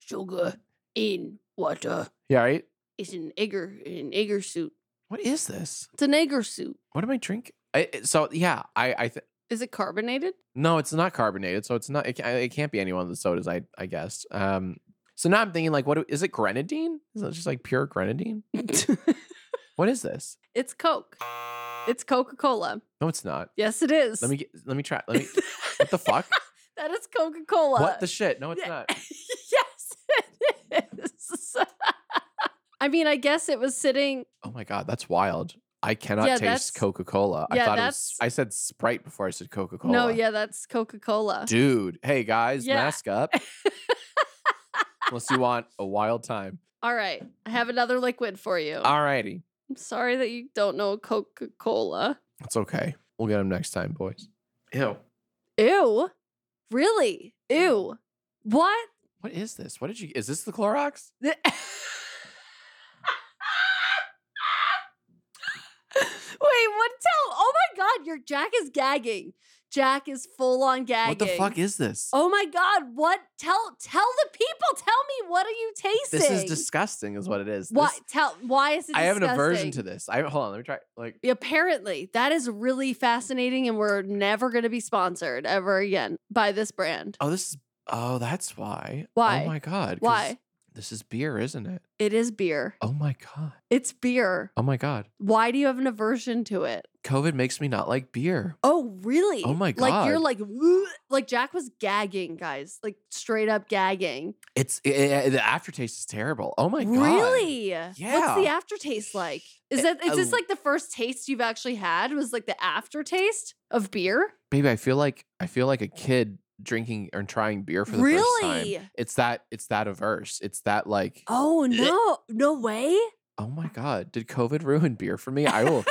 Speaker 2: Sugar in water.
Speaker 1: yeah right
Speaker 2: It's an egger, an egger suit.
Speaker 1: what is this
Speaker 2: It's an egger suit.
Speaker 1: what am i drinking I, I- so yeah i i th-
Speaker 2: Is it carbonated?
Speaker 1: No, it's not carbonated, so it's not. It, ca- it can't be any one of the sodas. I I guess. Um. So now I'm thinking like, what do- is it? Grenadine? Is it just like pure grenadine? What is this?
Speaker 2: it's Coke. It's Coca Cola.
Speaker 1: No, it's not.
Speaker 2: Yes, it is.
Speaker 1: Let me get, let me try. Let me. What the fuck?
Speaker 2: that is Coca Cola.
Speaker 1: What the shit? No, it's
Speaker 2: Yeah.
Speaker 1: not.
Speaker 2: yes, it is. I mean, I guess it was sitting.
Speaker 1: Oh my god, that's wild. I cannot
Speaker 2: Yeah, that's-
Speaker 1: taste Coca Cola.
Speaker 2: yeah,
Speaker 1: I thought
Speaker 2: that's-
Speaker 1: it was. I said Sprite before I said Coca Cola.
Speaker 2: No, yeah, that's Coca Cola.
Speaker 1: Dude, hey guys,
Speaker 2: Yeah.
Speaker 1: mask up. Unless you want a wild time.
Speaker 2: All right, I have another liquid for you.
Speaker 1: Alrighty,
Speaker 2: I'm sorry that you don't know Coca Cola.
Speaker 1: it's okay. We'll get them next time, boys. Ew.
Speaker 2: Ew. Really? Ew. What?
Speaker 1: What is this? What did you? Is this the Clorox?
Speaker 2: Th- Wait, what? Tell? Oh my God, your Jack is gagging. Jack is full on gagging.
Speaker 1: What the fuck is this?
Speaker 2: Oh my God! What? Tell tell the people. Tell me what are you tasting?
Speaker 1: this is disgusting, is what it is.
Speaker 2: Why?
Speaker 1: This-
Speaker 2: Tell why is it?
Speaker 1: I have an aversion
Speaker 2: disgusting?
Speaker 1: to this. I hold on. Let me try. Like,
Speaker 2: Apparently, that is really fascinating, and we're never going to be sponsored ever again by this brand.
Speaker 1: oh, this is. Oh, that's why.
Speaker 2: Why?
Speaker 1: Oh my god. 'cause
Speaker 2: Why?
Speaker 1: This is beer, isn't it?
Speaker 2: It is beer.
Speaker 1: Oh my god.
Speaker 2: It's beer.
Speaker 1: Oh my god.
Speaker 2: Why do you have an aversion to it?
Speaker 1: COVID makes me not like beer.
Speaker 2: Oh, really?
Speaker 1: Oh my
Speaker 2: Like you're
Speaker 1: God.
Speaker 2: like, "Ugh," like Jack was gagging, guys, like straight up gagging.
Speaker 1: It's i i the aftertaste is terrible. Oh my god.
Speaker 2: Really? What's the
Speaker 1: Yeah. Eh, oh.
Speaker 2: aftertaste like? Is
Speaker 1: It-
Speaker 2: that is
Speaker 1: I
Speaker 2: this
Speaker 1: l-
Speaker 2: like the first taste you've actually had? Was like the aftertaste of beer?
Speaker 1: Baby, I feel like I feel like a kid drinking or trying beer for the first time.
Speaker 2: Really?
Speaker 1: It's that it's that averse. It's that like oh.
Speaker 2: Oh no! No way!
Speaker 1: my god, did COVID ruin beer for me? I will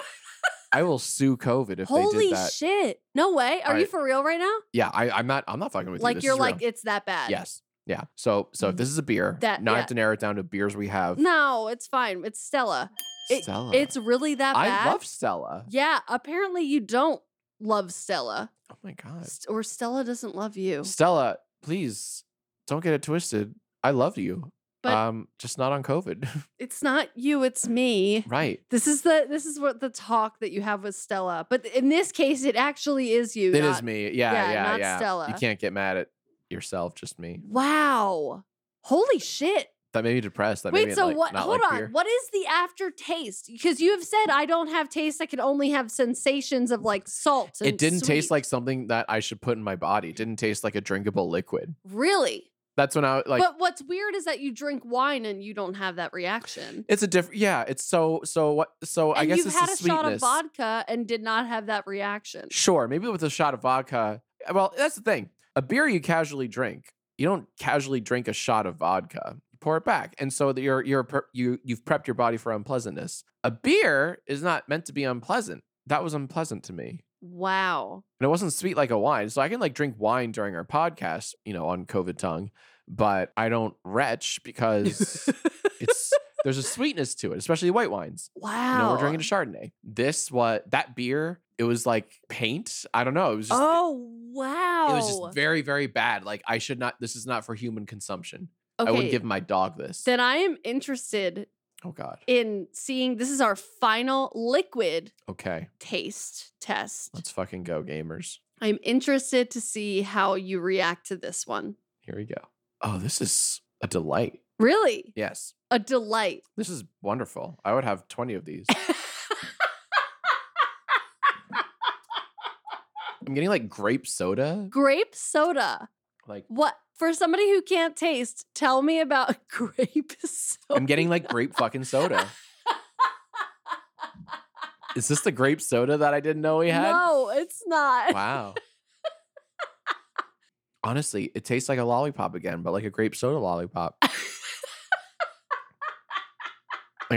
Speaker 1: I will sue COVID if they
Speaker 2: Holy
Speaker 1: did that.
Speaker 2: shit! No way! Are
Speaker 1: All
Speaker 2: you
Speaker 1: right.
Speaker 2: for real right now?
Speaker 1: yeah, I, I'm not I'm not fucking with you.
Speaker 2: Like
Speaker 1: This
Speaker 2: you're
Speaker 1: is
Speaker 2: like
Speaker 1: real.
Speaker 2: it's that bad?
Speaker 1: yes. Yeah. So so if this is a beer,
Speaker 2: That-
Speaker 1: now I
Speaker 2: yeah.
Speaker 1: have to narrow it down to beers we have.
Speaker 2: No, it's fine. It's Stella. It-
Speaker 1: Stella.
Speaker 2: It's really that bad.
Speaker 1: I love Stella.
Speaker 2: Yeah. Apparently, you don't love Stella,
Speaker 1: Oh my god.
Speaker 2: St- or Stella doesn't love you.
Speaker 1: Stella, please don't get it twisted. I love you.
Speaker 2: But-
Speaker 1: um, just not on COVID.
Speaker 2: It's not you. It's me.
Speaker 1: right.
Speaker 2: This is the this is what the talk that you have with Stella. But in this case, it actually is you.
Speaker 1: It is
Speaker 2: not-
Speaker 1: me. Yeah,
Speaker 2: yeah,
Speaker 1: yeah, yeah.
Speaker 2: not Stella.
Speaker 1: You can't get mad at yourself, just me.
Speaker 2: Wow. Holy shit.
Speaker 1: That made me depressed. That made
Speaker 2: Wait,
Speaker 1: me
Speaker 2: so
Speaker 1: like,
Speaker 2: what?
Speaker 1: not
Speaker 2: Hold
Speaker 1: like
Speaker 2: on.
Speaker 1: beer.
Speaker 2: What is the aftertaste? Because you have said I don't have taste. I can only have sensations of like salt. And
Speaker 1: It didn't taste
Speaker 2: sweet."
Speaker 1: like something that I should put in my body. It didn't taste like a drinkable liquid.
Speaker 2: really.
Speaker 1: That's when I like
Speaker 2: but what's weird is that you drink wine and you don't have that reaction.
Speaker 1: it's a different yeah, it's so so what so I
Speaker 2: and
Speaker 1: guess
Speaker 2: you've
Speaker 1: it's
Speaker 2: had
Speaker 1: the
Speaker 2: a
Speaker 1: sweetness.
Speaker 2: shot of vodka and did not have that reaction.
Speaker 1: Sure, maybe with a shot of vodka. Well, that's the thing. A beer you casually drink. You don't casually drink a shot of vodka. You pour it back, and so that you're you're pre- you you've prepped your body for unpleasantness. A beer is not meant to be unpleasant. That was unpleasant to me,
Speaker 2: Wow.
Speaker 1: and it wasn't sweet like a wine. So I can like drink wine during our podcast, you know, on COVID tongue, but I don't retch because it's there's a sweetness to it, especially white wines.
Speaker 2: wow.
Speaker 1: You know, we're drinking
Speaker 2: Oh.
Speaker 1: a Chardonnay. This what that beer. It was like paint. I don't know. It was just
Speaker 2: oh wow.
Speaker 1: it was just very very bad like i should not this is not for human consumption i wouldn't give my dog this
Speaker 2: Then I am interested
Speaker 1: oh god
Speaker 2: in seeing this is our final liquid
Speaker 1: okay
Speaker 2: taste test.
Speaker 1: let's fucking go gamers
Speaker 2: I'm interested to see how you react to this one.
Speaker 1: here we go oh this is a delight
Speaker 2: Really?
Speaker 1: yes
Speaker 2: A delight.
Speaker 1: this is wonderful i would have 20 of these i'm getting like grape soda
Speaker 2: grape soda.
Speaker 1: like
Speaker 2: What for somebody who can't taste, tell me about grape soda.
Speaker 1: i'm getting like grape fucking soda is this the grape soda that i didn't know we had
Speaker 2: No, it's not.
Speaker 1: wow honestly it tastes like a lollipop again but like a grape soda lollipop like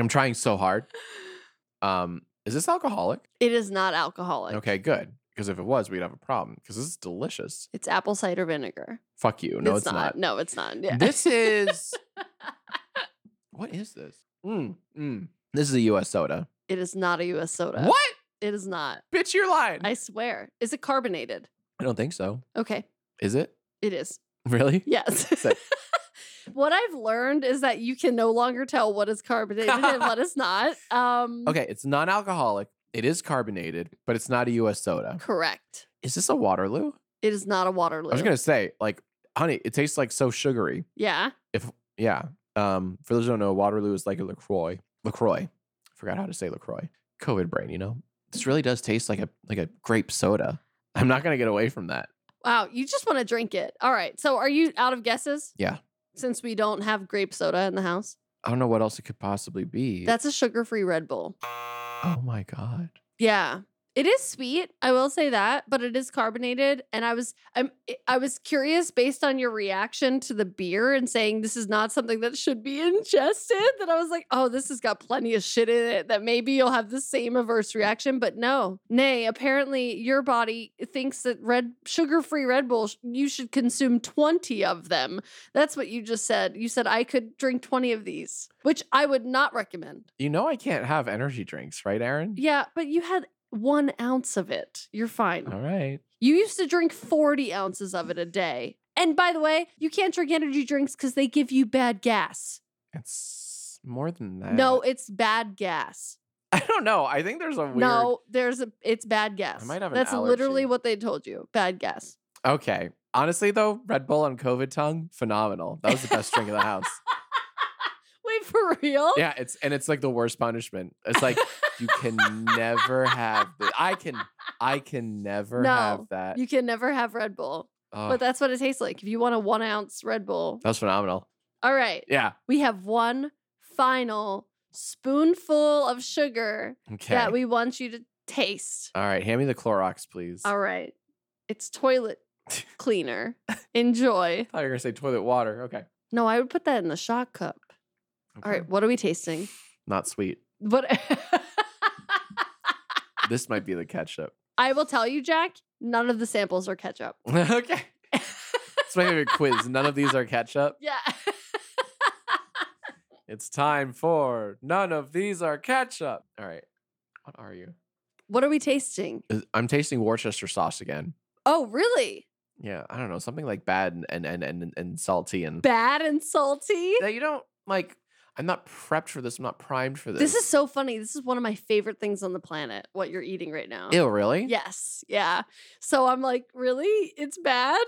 Speaker 1: i'm trying so hard um is this alcoholic
Speaker 2: It is not alcoholic.
Speaker 1: okay good because if it was we'd have a problem because this is delicious
Speaker 2: It's apple cider vinegar.
Speaker 1: fuck you no it's, not,
Speaker 2: No, it's not. Yeah.
Speaker 1: this is what is this mm, mm. this is a us soda
Speaker 2: it is not a US soda.
Speaker 1: what
Speaker 2: It is not.
Speaker 1: bitch you're lying
Speaker 2: I swear. Is it carbonated?
Speaker 1: I don't think so
Speaker 2: Okay.
Speaker 1: is it
Speaker 2: It is.
Speaker 1: really
Speaker 2: Yes.
Speaker 1: Sick.
Speaker 2: what I've learned is that you can no longer tell what is carbonated and what is not. Um,
Speaker 1: Okay, it's non-alcoholic. It is carbonated, but it's not a U.S. soda.
Speaker 2: Correct.
Speaker 1: Is this a Waterloo?
Speaker 2: It is not a Waterloo.
Speaker 1: I was gonna say, like, honey, it tastes like so sugary.
Speaker 2: yeah.
Speaker 1: Yeah. Um, for those who don't know, Waterloo is like a Lacroix. Lacroix. Forgot how to say Lacroix. COVID brain, you know. This really does taste like a like a grape soda. I'm not gonna get away from that.
Speaker 2: Wow. You just want to drink it. All right. So are you out of guesses?
Speaker 1: Yeah.
Speaker 2: Since we don't have grape soda in the house,
Speaker 1: I don't know what else it could possibly be.
Speaker 2: that's a sugar free Red Bull.
Speaker 1: oh my god.
Speaker 2: Yeah. It is sweet, I will say that, but it is carbonated. And I was I'm eh, I was curious based on your reaction to the beer and saying this is not something that should be ingested. That I was like, oh, this has got plenty of shit in it. That maybe you'll have the same averse reaction, but no, nay. Apparently, your body thinks that red sugar-free Red Bull sh- you should consume twenty of them. That's what you just said. You said I could drink twenty of these, which I would not recommend.
Speaker 1: You know I can't have energy drinks, right, Aaron?
Speaker 2: Yeah, but you had one ounce of it. You're fine.
Speaker 1: All right.
Speaker 2: You used to drink 40 ounces of it a day. And by the way, you can't drink energy drinks because they give you bad gas.
Speaker 1: It's more than that.
Speaker 2: No, it's bad gas.
Speaker 1: I don't know. I think there's a weird.
Speaker 2: No, there's a it's bad gas.
Speaker 1: might have an
Speaker 2: That's literally
Speaker 1: allergy.
Speaker 2: what they told you. Bad gas.
Speaker 1: Okay. Honestly, though, Red Bull on COVID tongue, phenomenal. That was the best drink of the house.
Speaker 2: Wait, for real?
Speaker 1: Yeah, it's and it's like the worst punishment. It's like you can never have. The, I can, I can never have
Speaker 2: No,
Speaker 1: that.
Speaker 2: You can never have Red Bull.
Speaker 1: Ugh,
Speaker 2: But that's what it tastes like. If you want a one ounce Red Bull.
Speaker 1: that was phenomenal.
Speaker 2: All right.
Speaker 1: Yeah.
Speaker 2: We have one final spoonful of sugar
Speaker 1: Okay.
Speaker 2: that we want you to taste.
Speaker 1: All right. Hand me the Clorox, please.
Speaker 2: All right. It's toilet cleaner. Enjoy.
Speaker 1: I thought you were gonna say toilet water. Okay.
Speaker 2: No, I would put that in the shot cup. All
Speaker 1: Okay.
Speaker 2: right, what are we tasting?
Speaker 1: Not sweet.
Speaker 2: What
Speaker 1: This might be the ketchup.
Speaker 2: I will tell you, Jack, none of the samples are ketchup.
Speaker 1: okay. It's my favorite quiz. None of these are ketchup.
Speaker 2: Yeah.
Speaker 1: It's time for none of these are ketchup. All right. What are you?
Speaker 2: what are we tasting?
Speaker 1: Is- I'm tasting Worcester sauce again.
Speaker 2: Oh, really?
Speaker 1: Yeah, I don't know, something like bad and and and and, and salty and
Speaker 2: Bad and salty?
Speaker 1: that you don't like. I'm not prepped for this. I'm not primed for this.
Speaker 2: This is so funny. This is one of my favorite things on the planet, what you're eating right now.
Speaker 1: ew, really?
Speaker 2: Yes. Yeah. So I'm like, really? It's bad?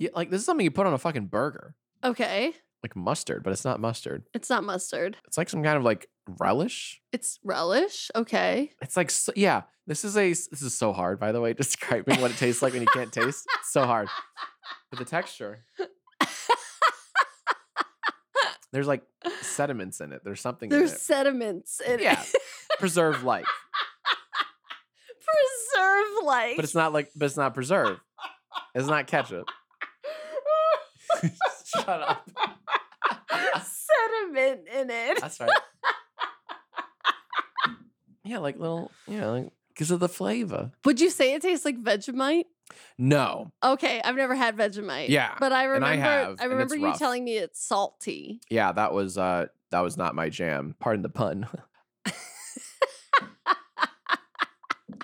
Speaker 1: yeah. Like this is something you put on a fucking burger,
Speaker 2: Okay.
Speaker 1: like mustard, but it's not mustard.
Speaker 2: It's not mustard.
Speaker 1: It's like some kind of like relish.
Speaker 2: It's relish. Okay.
Speaker 1: It's like s yeah. This is a s- this is so hard. By the way, describing what it tastes like when you can't taste. It's so hard. But the texture. There's like sediments in it. There's something
Speaker 2: There's
Speaker 1: in it.
Speaker 2: sediments in
Speaker 1: Yeah.
Speaker 2: it.
Speaker 1: Preserve like,
Speaker 2: Preserve like.
Speaker 1: but it's not like, but it's not preserve. It's not ketchup. Shut up.
Speaker 2: sediment in it.
Speaker 1: That's right. Yeah, like little, yeah, like because of the flavor.
Speaker 2: Would you say it tastes like Vegemite?
Speaker 1: No,
Speaker 2: Okay, I've never had Vegemite.
Speaker 1: Yeah,
Speaker 2: But I
Speaker 1: and
Speaker 2: remember
Speaker 1: I
Speaker 2: I,
Speaker 1: have, and it's
Speaker 2: remember you
Speaker 1: rough.
Speaker 2: telling me it's salty.
Speaker 1: yeah, that was uh that was not my jam. Pardon the pun.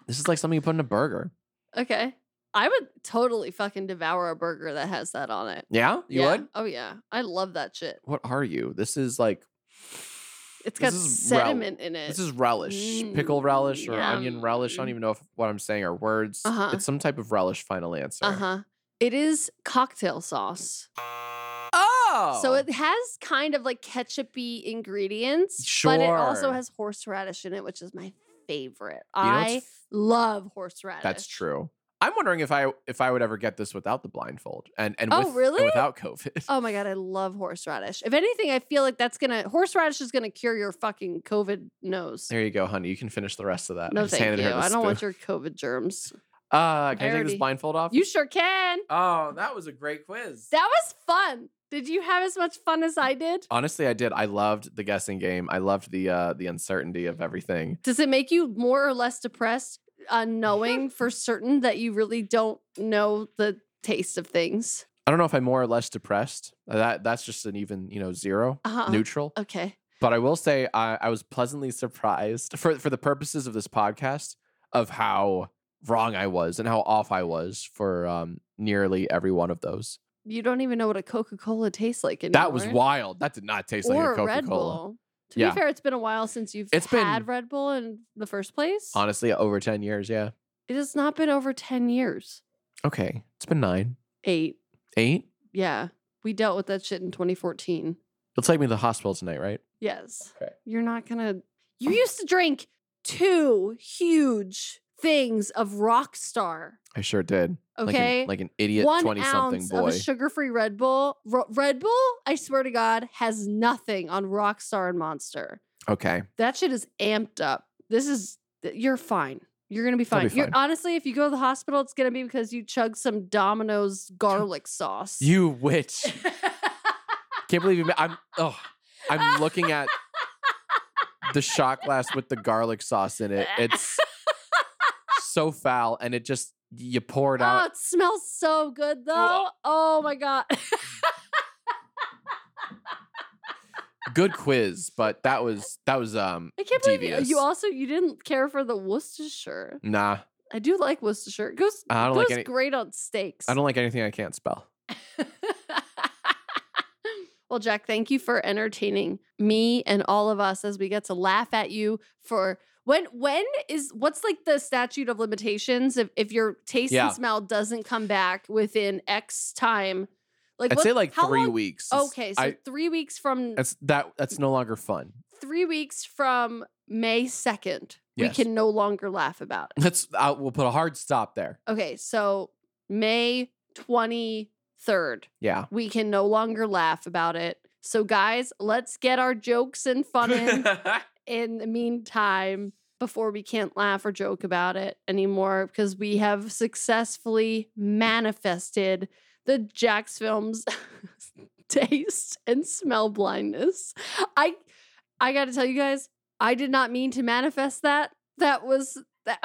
Speaker 1: this is like something you put in a burger.
Speaker 2: Okay. I would totally fucking devour a burger that has that on it.
Speaker 1: Yeah, you
Speaker 2: Yeah.
Speaker 1: would.
Speaker 2: Oh yeah. I love that shit.
Speaker 1: What are you? This is like
Speaker 2: It's
Speaker 1: This
Speaker 2: got
Speaker 1: is rel-
Speaker 2: sediment in it.
Speaker 1: this is relish, pickle
Speaker 2: Mm,
Speaker 1: relish or onion relish. I don't
Speaker 2: yum.
Speaker 1: even know if what I'm saying are words.
Speaker 2: Uh-huh.
Speaker 1: It's some type of relish. Final answer.
Speaker 2: uh-huh. It is cocktail sauce.
Speaker 1: Oh,
Speaker 2: So it has kind of like ketchupy ingredients, but it also
Speaker 1: Sure.
Speaker 2: has horseradish in it, which is my favorite.
Speaker 1: You know what's
Speaker 2: I love horseradish.
Speaker 1: That's true. I'm wondering if I if I would ever get this without the blindfold and and,
Speaker 2: Oh,
Speaker 1: with, and
Speaker 2: really?
Speaker 1: without COVID.
Speaker 2: Oh my god, I love horseradish. If anything, I feel like that's gonna horseradish is gonna cure your fucking COVID nose.
Speaker 1: There you go, honey. You can finish the rest of that. I
Speaker 2: No,
Speaker 1: just
Speaker 2: thank
Speaker 1: handed
Speaker 2: you.
Speaker 1: her the
Speaker 2: I don't want
Speaker 1: spoon.
Speaker 2: your COVID germs.
Speaker 1: Uh, can I take
Speaker 2: already-
Speaker 1: this blindfold off?
Speaker 2: You sure can.
Speaker 1: oh, that was a great quiz.
Speaker 2: That was fun. Did you have as much fun as I did?
Speaker 1: Honestly, I did. I loved the guessing game. I loved the uh the uncertainty of everything.
Speaker 2: Does it make you more or less depressed uh, knowing for certain that you really don't know the taste of things?
Speaker 1: I don't know if I'm more or less depressed. That that's just an even you know 0
Speaker 2: Uh-huh.
Speaker 1: neutral.
Speaker 2: Okay.
Speaker 1: But I will say I, I was pleasantly surprised for for the purposes of this podcast of how wrong I was and how off I was for um, nearly every one of those.
Speaker 2: You don't even know what a Coca Cola tastes like anymore.
Speaker 1: That was wild. That did not taste
Speaker 2: or
Speaker 1: like a Coca
Speaker 2: Red
Speaker 1: Cola.
Speaker 2: Bull. To
Speaker 1: Yeah.
Speaker 2: be fair, it's been a while since you've
Speaker 1: It's been-
Speaker 2: had Red Bull in the first place.
Speaker 1: Honestly, over ten years. Yeah.
Speaker 2: it has not been over 10 years.
Speaker 1: Okay, it's been nine,
Speaker 2: Eight.
Speaker 1: eight.
Speaker 2: Yeah. We dealt with that shit in 2014.
Speaker 1: You'll take me to the hospital tonight, right?
Speaker 2: Yes.
Speaker 1: Okay.
Speaker 2: You're not going to. You used to drink two huge things of Rockstar.
Speaker 1: I sure did. Like
Speaker 2: Okay.
Speaker 1: an, like an idiot
Speaker 2: one
Speaker 1: twenty-something
Speaker 2: ounce of
Speaker 1: boy.
Speaker 2: a sugar-free Red Bull. Ro- Red Bull, I swear to God, has nothing on Rockstar and Monster.
Speaker 1: okay.
Speaker 2: That shit is amped up. This is th- you're fine. You're gonna be
Speaker 1: They'll be
Speaker 2: fine. You're
Speaker 1: fine.
Speaker 2: honestly, if you go to the hospital, it's gonna be because you chugged some Domino's garlic sauce.
Speaker 1: You witch. Can't believe you. ma- I'm. Oh, I'm looking at the shot glass with the garlic sauce in it. It's so foul, and it just you pour it
Speaker 2: Oh,
Speaker 1: out.
Speaker 2: it smells so good though. Oh my god.
Speaker 1: Good quiz, but that was that was um
Speaker 2: Oh, I can't believe you,
Speaker 1: Devious.
Speaker 2: you also you didn't care for the Worcestershire.
Speaker 1: nah.
Speaker 2: I do like Worcestershire. It goes,
Speaker 1: I don't
Speaker 2: goes
Speaker 1: like any.
Speaker 2: great on steaks.
Speaker 1: I don't like anything I can't spell.
Speaker 2: well, Jack, thank you for entertaining me and all of us as we get to laugh at you for when when is what's like the statute of limitations if, if your taste
Speaker 1: Yeah.
Speaker 2: and smell doesn't come back within X time. Like
Speaker 1: I'd
Speaker 2: what-
Speaker 1: say like
Speaker 2: how
Speaker 1: three
Speaker 2: long-
Speaker 1: weeks. is-
Speaker 2: Okay, so
Speaker 1: I,
Speaker 2: three weeks from
Speaker 1: that's that. That's no longer fun.
Speaker 2: three weeks from May second,
Speaker 1: Yes.
Speaker 2: we can no longer laugh about it.
Speaker 1: Let's. I, we'll put a hard stop there.
Speaker 2: Okay, so May 23rd,
Speaker 1: Yeah.
Speaker 2: we can no longer laugh about it. So, guys, let's get our jokes and fun in in the meantime before we can't laugh or joke about it anymore because we have successfully manifested the Jax films taste and smell blindness. I I got to tell you guys, I did not mean to manifest that. That was that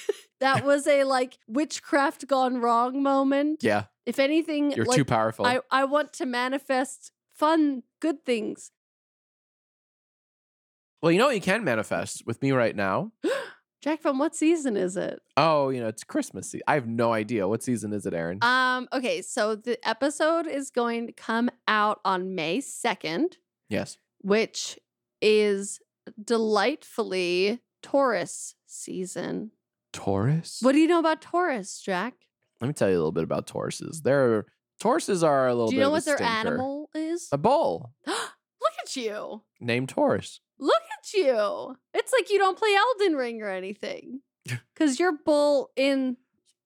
Speaker 2: that was a like witchcraft gone wrong moment.
Speaker 1: yeah.
Speaker 2: If anything,
Speaker 1: You're
Speaker 2: like,
Speaker 1: too powerful.
Speaker 2: I, I want to manifest fun, good things.
Speaker 1: well, you know what you can manifest with me right now.
Speaker 2: Jack, from what season is it?
Speaker 1: Oh, you know it's Christmas. se- I have no idea what season is it, Aaron.
Speaker 2: Um, okay, so the episode is going to come out on May 2nd,
Speaker 1: yes.
Speaker 2: which is delightfully Taurus season.
Speaker 1: Taurus.
Speaker 2: What do you know about Taurus, Jack?
Speaker 1: Let me tell you a little bit about Tauruses. They're Tauruses are a little.
Speaker 2: Do you
Speaker 1: bit
Speaker 2: know
Speaker 1: of a
Speaker 2: what their
Speaker 1: stinker.
Speaker 2: animal is?
Speaker 1: A bull
Speaker 2: Look at you.
Speaker 1: named Taurus.
Speaker 2: Look at you. It's like you don't play Elden Ring or anything. Because your bull in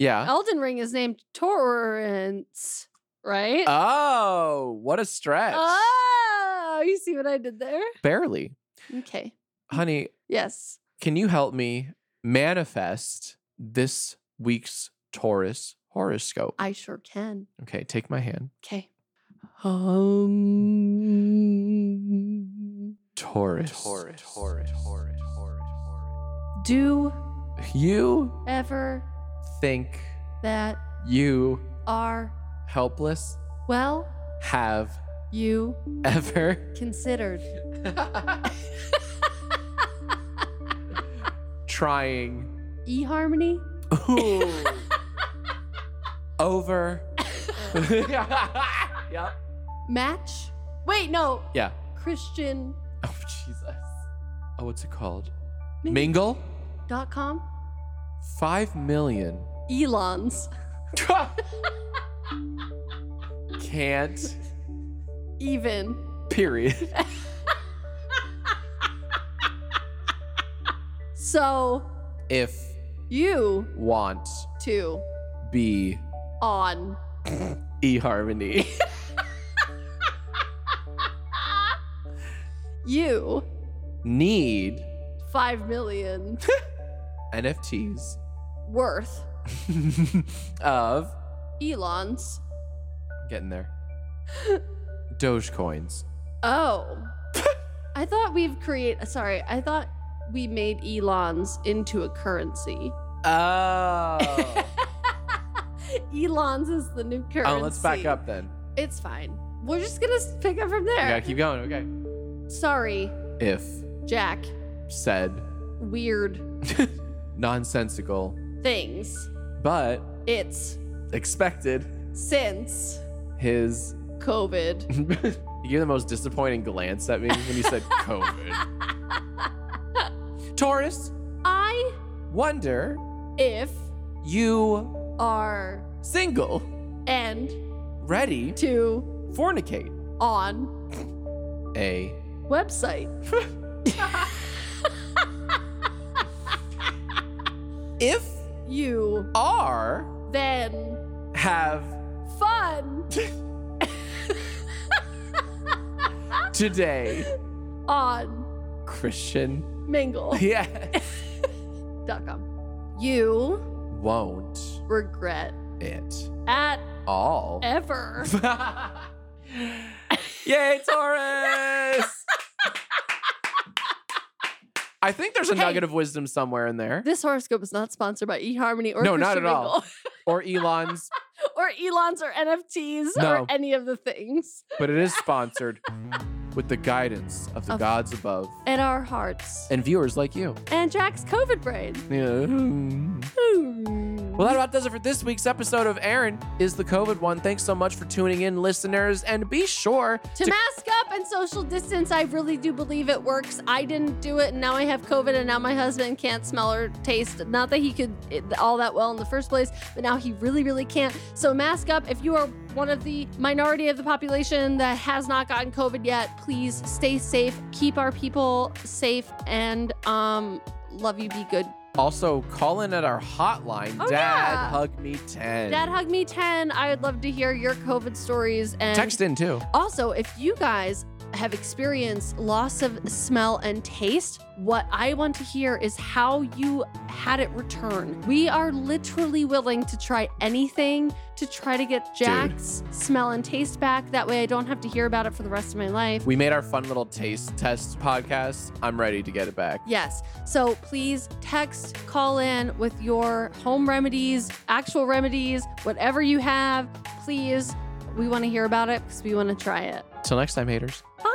Speaker 1: Yeah.
Speaker 2: Elden Ring is named Torrance, right?
Speaker 1: Uh, Oh, what a stretch.
Speaker 2: oh, you see what I did there?
Speaker 1: Barely,
Speaker 2: Okay.
Speaker 1: honey.
Speaker 2: Yes.
Speaker 1: can you help me manifest this week's Taurus horoscope?
Speaker 2: I sure can.
Speaker 1: Okay, take my hand.
Speaker 2: Okay. Um,
Speaker 1: Taurus.
Speaker 2: do
Speaker 1: You
Speaker 2: ever
Speaker 1: think
Speaker 2: that
Speaker 1: you
Speaker 2: are
Speaker 1: helpless
Speaker 2: well
Speaker 1: have
Speaker 2: you
Speaker 1: ever
Speaker 2: considered
Speaker 1: trying
Speaker 2: eHarmony?
Speaker 1: Ooh. over Yep.
Speaker 2: Match? Wait, no.
Speaker 1: Yeah.
Speaker 2: Christian
Speaker 1: Oh Jesus. Oh, what's it called?
Speaker 2: Ming-
Speaker 1: Mingle?
Speaker 2: dot com?
Speaker 1: Five million.
Speaker 2: Elon's.
Speaker 1: Can't.
Speaker 2: Even.
Speaker 1: Period.
Speaker 2: So
Speaker 1: If
Speaker 2: you
Speaker 1: want
Speaker 2: two
Speaker 1: be
Speaker 2: on.
Speaker 1: eHarmony.
Speaker 2: You
Speaker 1: Need
Speaker 2: five million
Speaker 1: NFTs
Speaker 2: worth
Speaker 1: of
Speaker 2: Elon's.
Speaker 1: getting there. Dogecoins.
Speaker 2: Oh. I thought we've create sorry, I thought we made Elon's into a currency.
Speaker 1: Oh.
Speaker 2: Elon's is the new currency.
Speaker 1: oh, let's back up then.
Speaker 2: It's fine. We're just gonna s- pick up from
Speaker 1: We
Speaker 2: there.
Speaker 1: gotta keep going. Okay.
Speaker 2: Sorry,
Speaker 1: If
Speaker 2: Jack.
Speaker 1: said
Speaker 2: Weird
Speaker 1: nonsensical
Speaker 2: things.
Speaker 1: but
Speaker 2: It's
Speaker 1: expected
Speaker 2: since
Speaker 1: his
Speaker 2: COVID.
Speaker 1: you gave the most disappointing glance at me when you said COVID. Taurus,
Speaker 2: I
Speaker 1: wonder
Speaker 2: if
Speaker 1: you
Speaker 2: are
Speaker 1: single,
Speaker 2: and
Speaker 1: ready to
Speaker 2: to
Speaker 1: fornicate
Speaker 2: on
Speaker 1: a
Speaker 2: website.
Speaker 1: if
Speaker 2: You
Speaker 1: are
Speaker 2: then
Speaker 1: have
Speaker 2: fun
Speaker 1: today
Speaker 2: on
Speaker 1: Christian
Speaker 2: mingle.com.
Speaker 1: yeah
Speaker 2: You
Speaker 1: Won't
Speaker 2: regret
Speaker 1: it
Speaker 2: at
Speaker 1: all?
Speaker 2: ever.
Speaker 1: Yay, Taurus! I think there's a
Speaker 2: Hey.
Speaker 1: nugget of wisdom somewhere in there,
Speaker 2: This horoscope is not sponsored by eHarmony or
Speaker 1: No, not
Speaker 2: Christian
Speaker 1: at all.
Speaker 2: Mingle,
Speaker 1: or Elon's,
Speaker 2: or Elon's or NFTs
Speaker 1: No.
Speaker 2: or any of the things.
Speaker 1: but it is sponsored with the guidance of the
Speaker 2: Of-
Speaker 1: gods above
Speaker 2: And our hearts.
Speaker 1: and viewers like you.
Speaker 2: and Jack's COVID brain. Hmm.
Speaker 1: Yeah. Well, that about does it for this week's episode of Aaron is the COVID one. Thanks so much for tuning in, listeners, and be sure
Speaker 2: to mask up and social distance, I really do believe it works. I didn't do it, and now I have COVID, and now my husband can't smell or taste. Not that he could it- all that well in the first place, but now he really, really can't. So, mask up. If you are one of the minority of the population that has not gotten COVID yet, please stay safe, keep our people safe, and um, love you, be good.
Speaker 1: also call in at our hotline,
Speaker 2: Oh,
Speaker 1: Dad
Speaker 2: yeah.
Speaker 1: Hug Me 10.
Speaker 2: Dad, hug me 10. I would love to hear your COVID stories and
Speaker 1: Text in too.
Speaker 2: Also, if you guys have experienced loss of smell and taste, what I want to hear is how you had it return. We are literally willing to try anything to try to get Jack's smell and taste back. That way, I don't have to hear about it for the rest of my life.
Speaker 1: We made our fun little taste test podcast. I'm ready to get it back.
Speaker 2: Yes. So please text, call in with your home remedies, actual remedies, whatever you have. Please, we want to hear about it because we want to try it.
Speaker 1: Till next time, haters.
Speaker 2: Bye.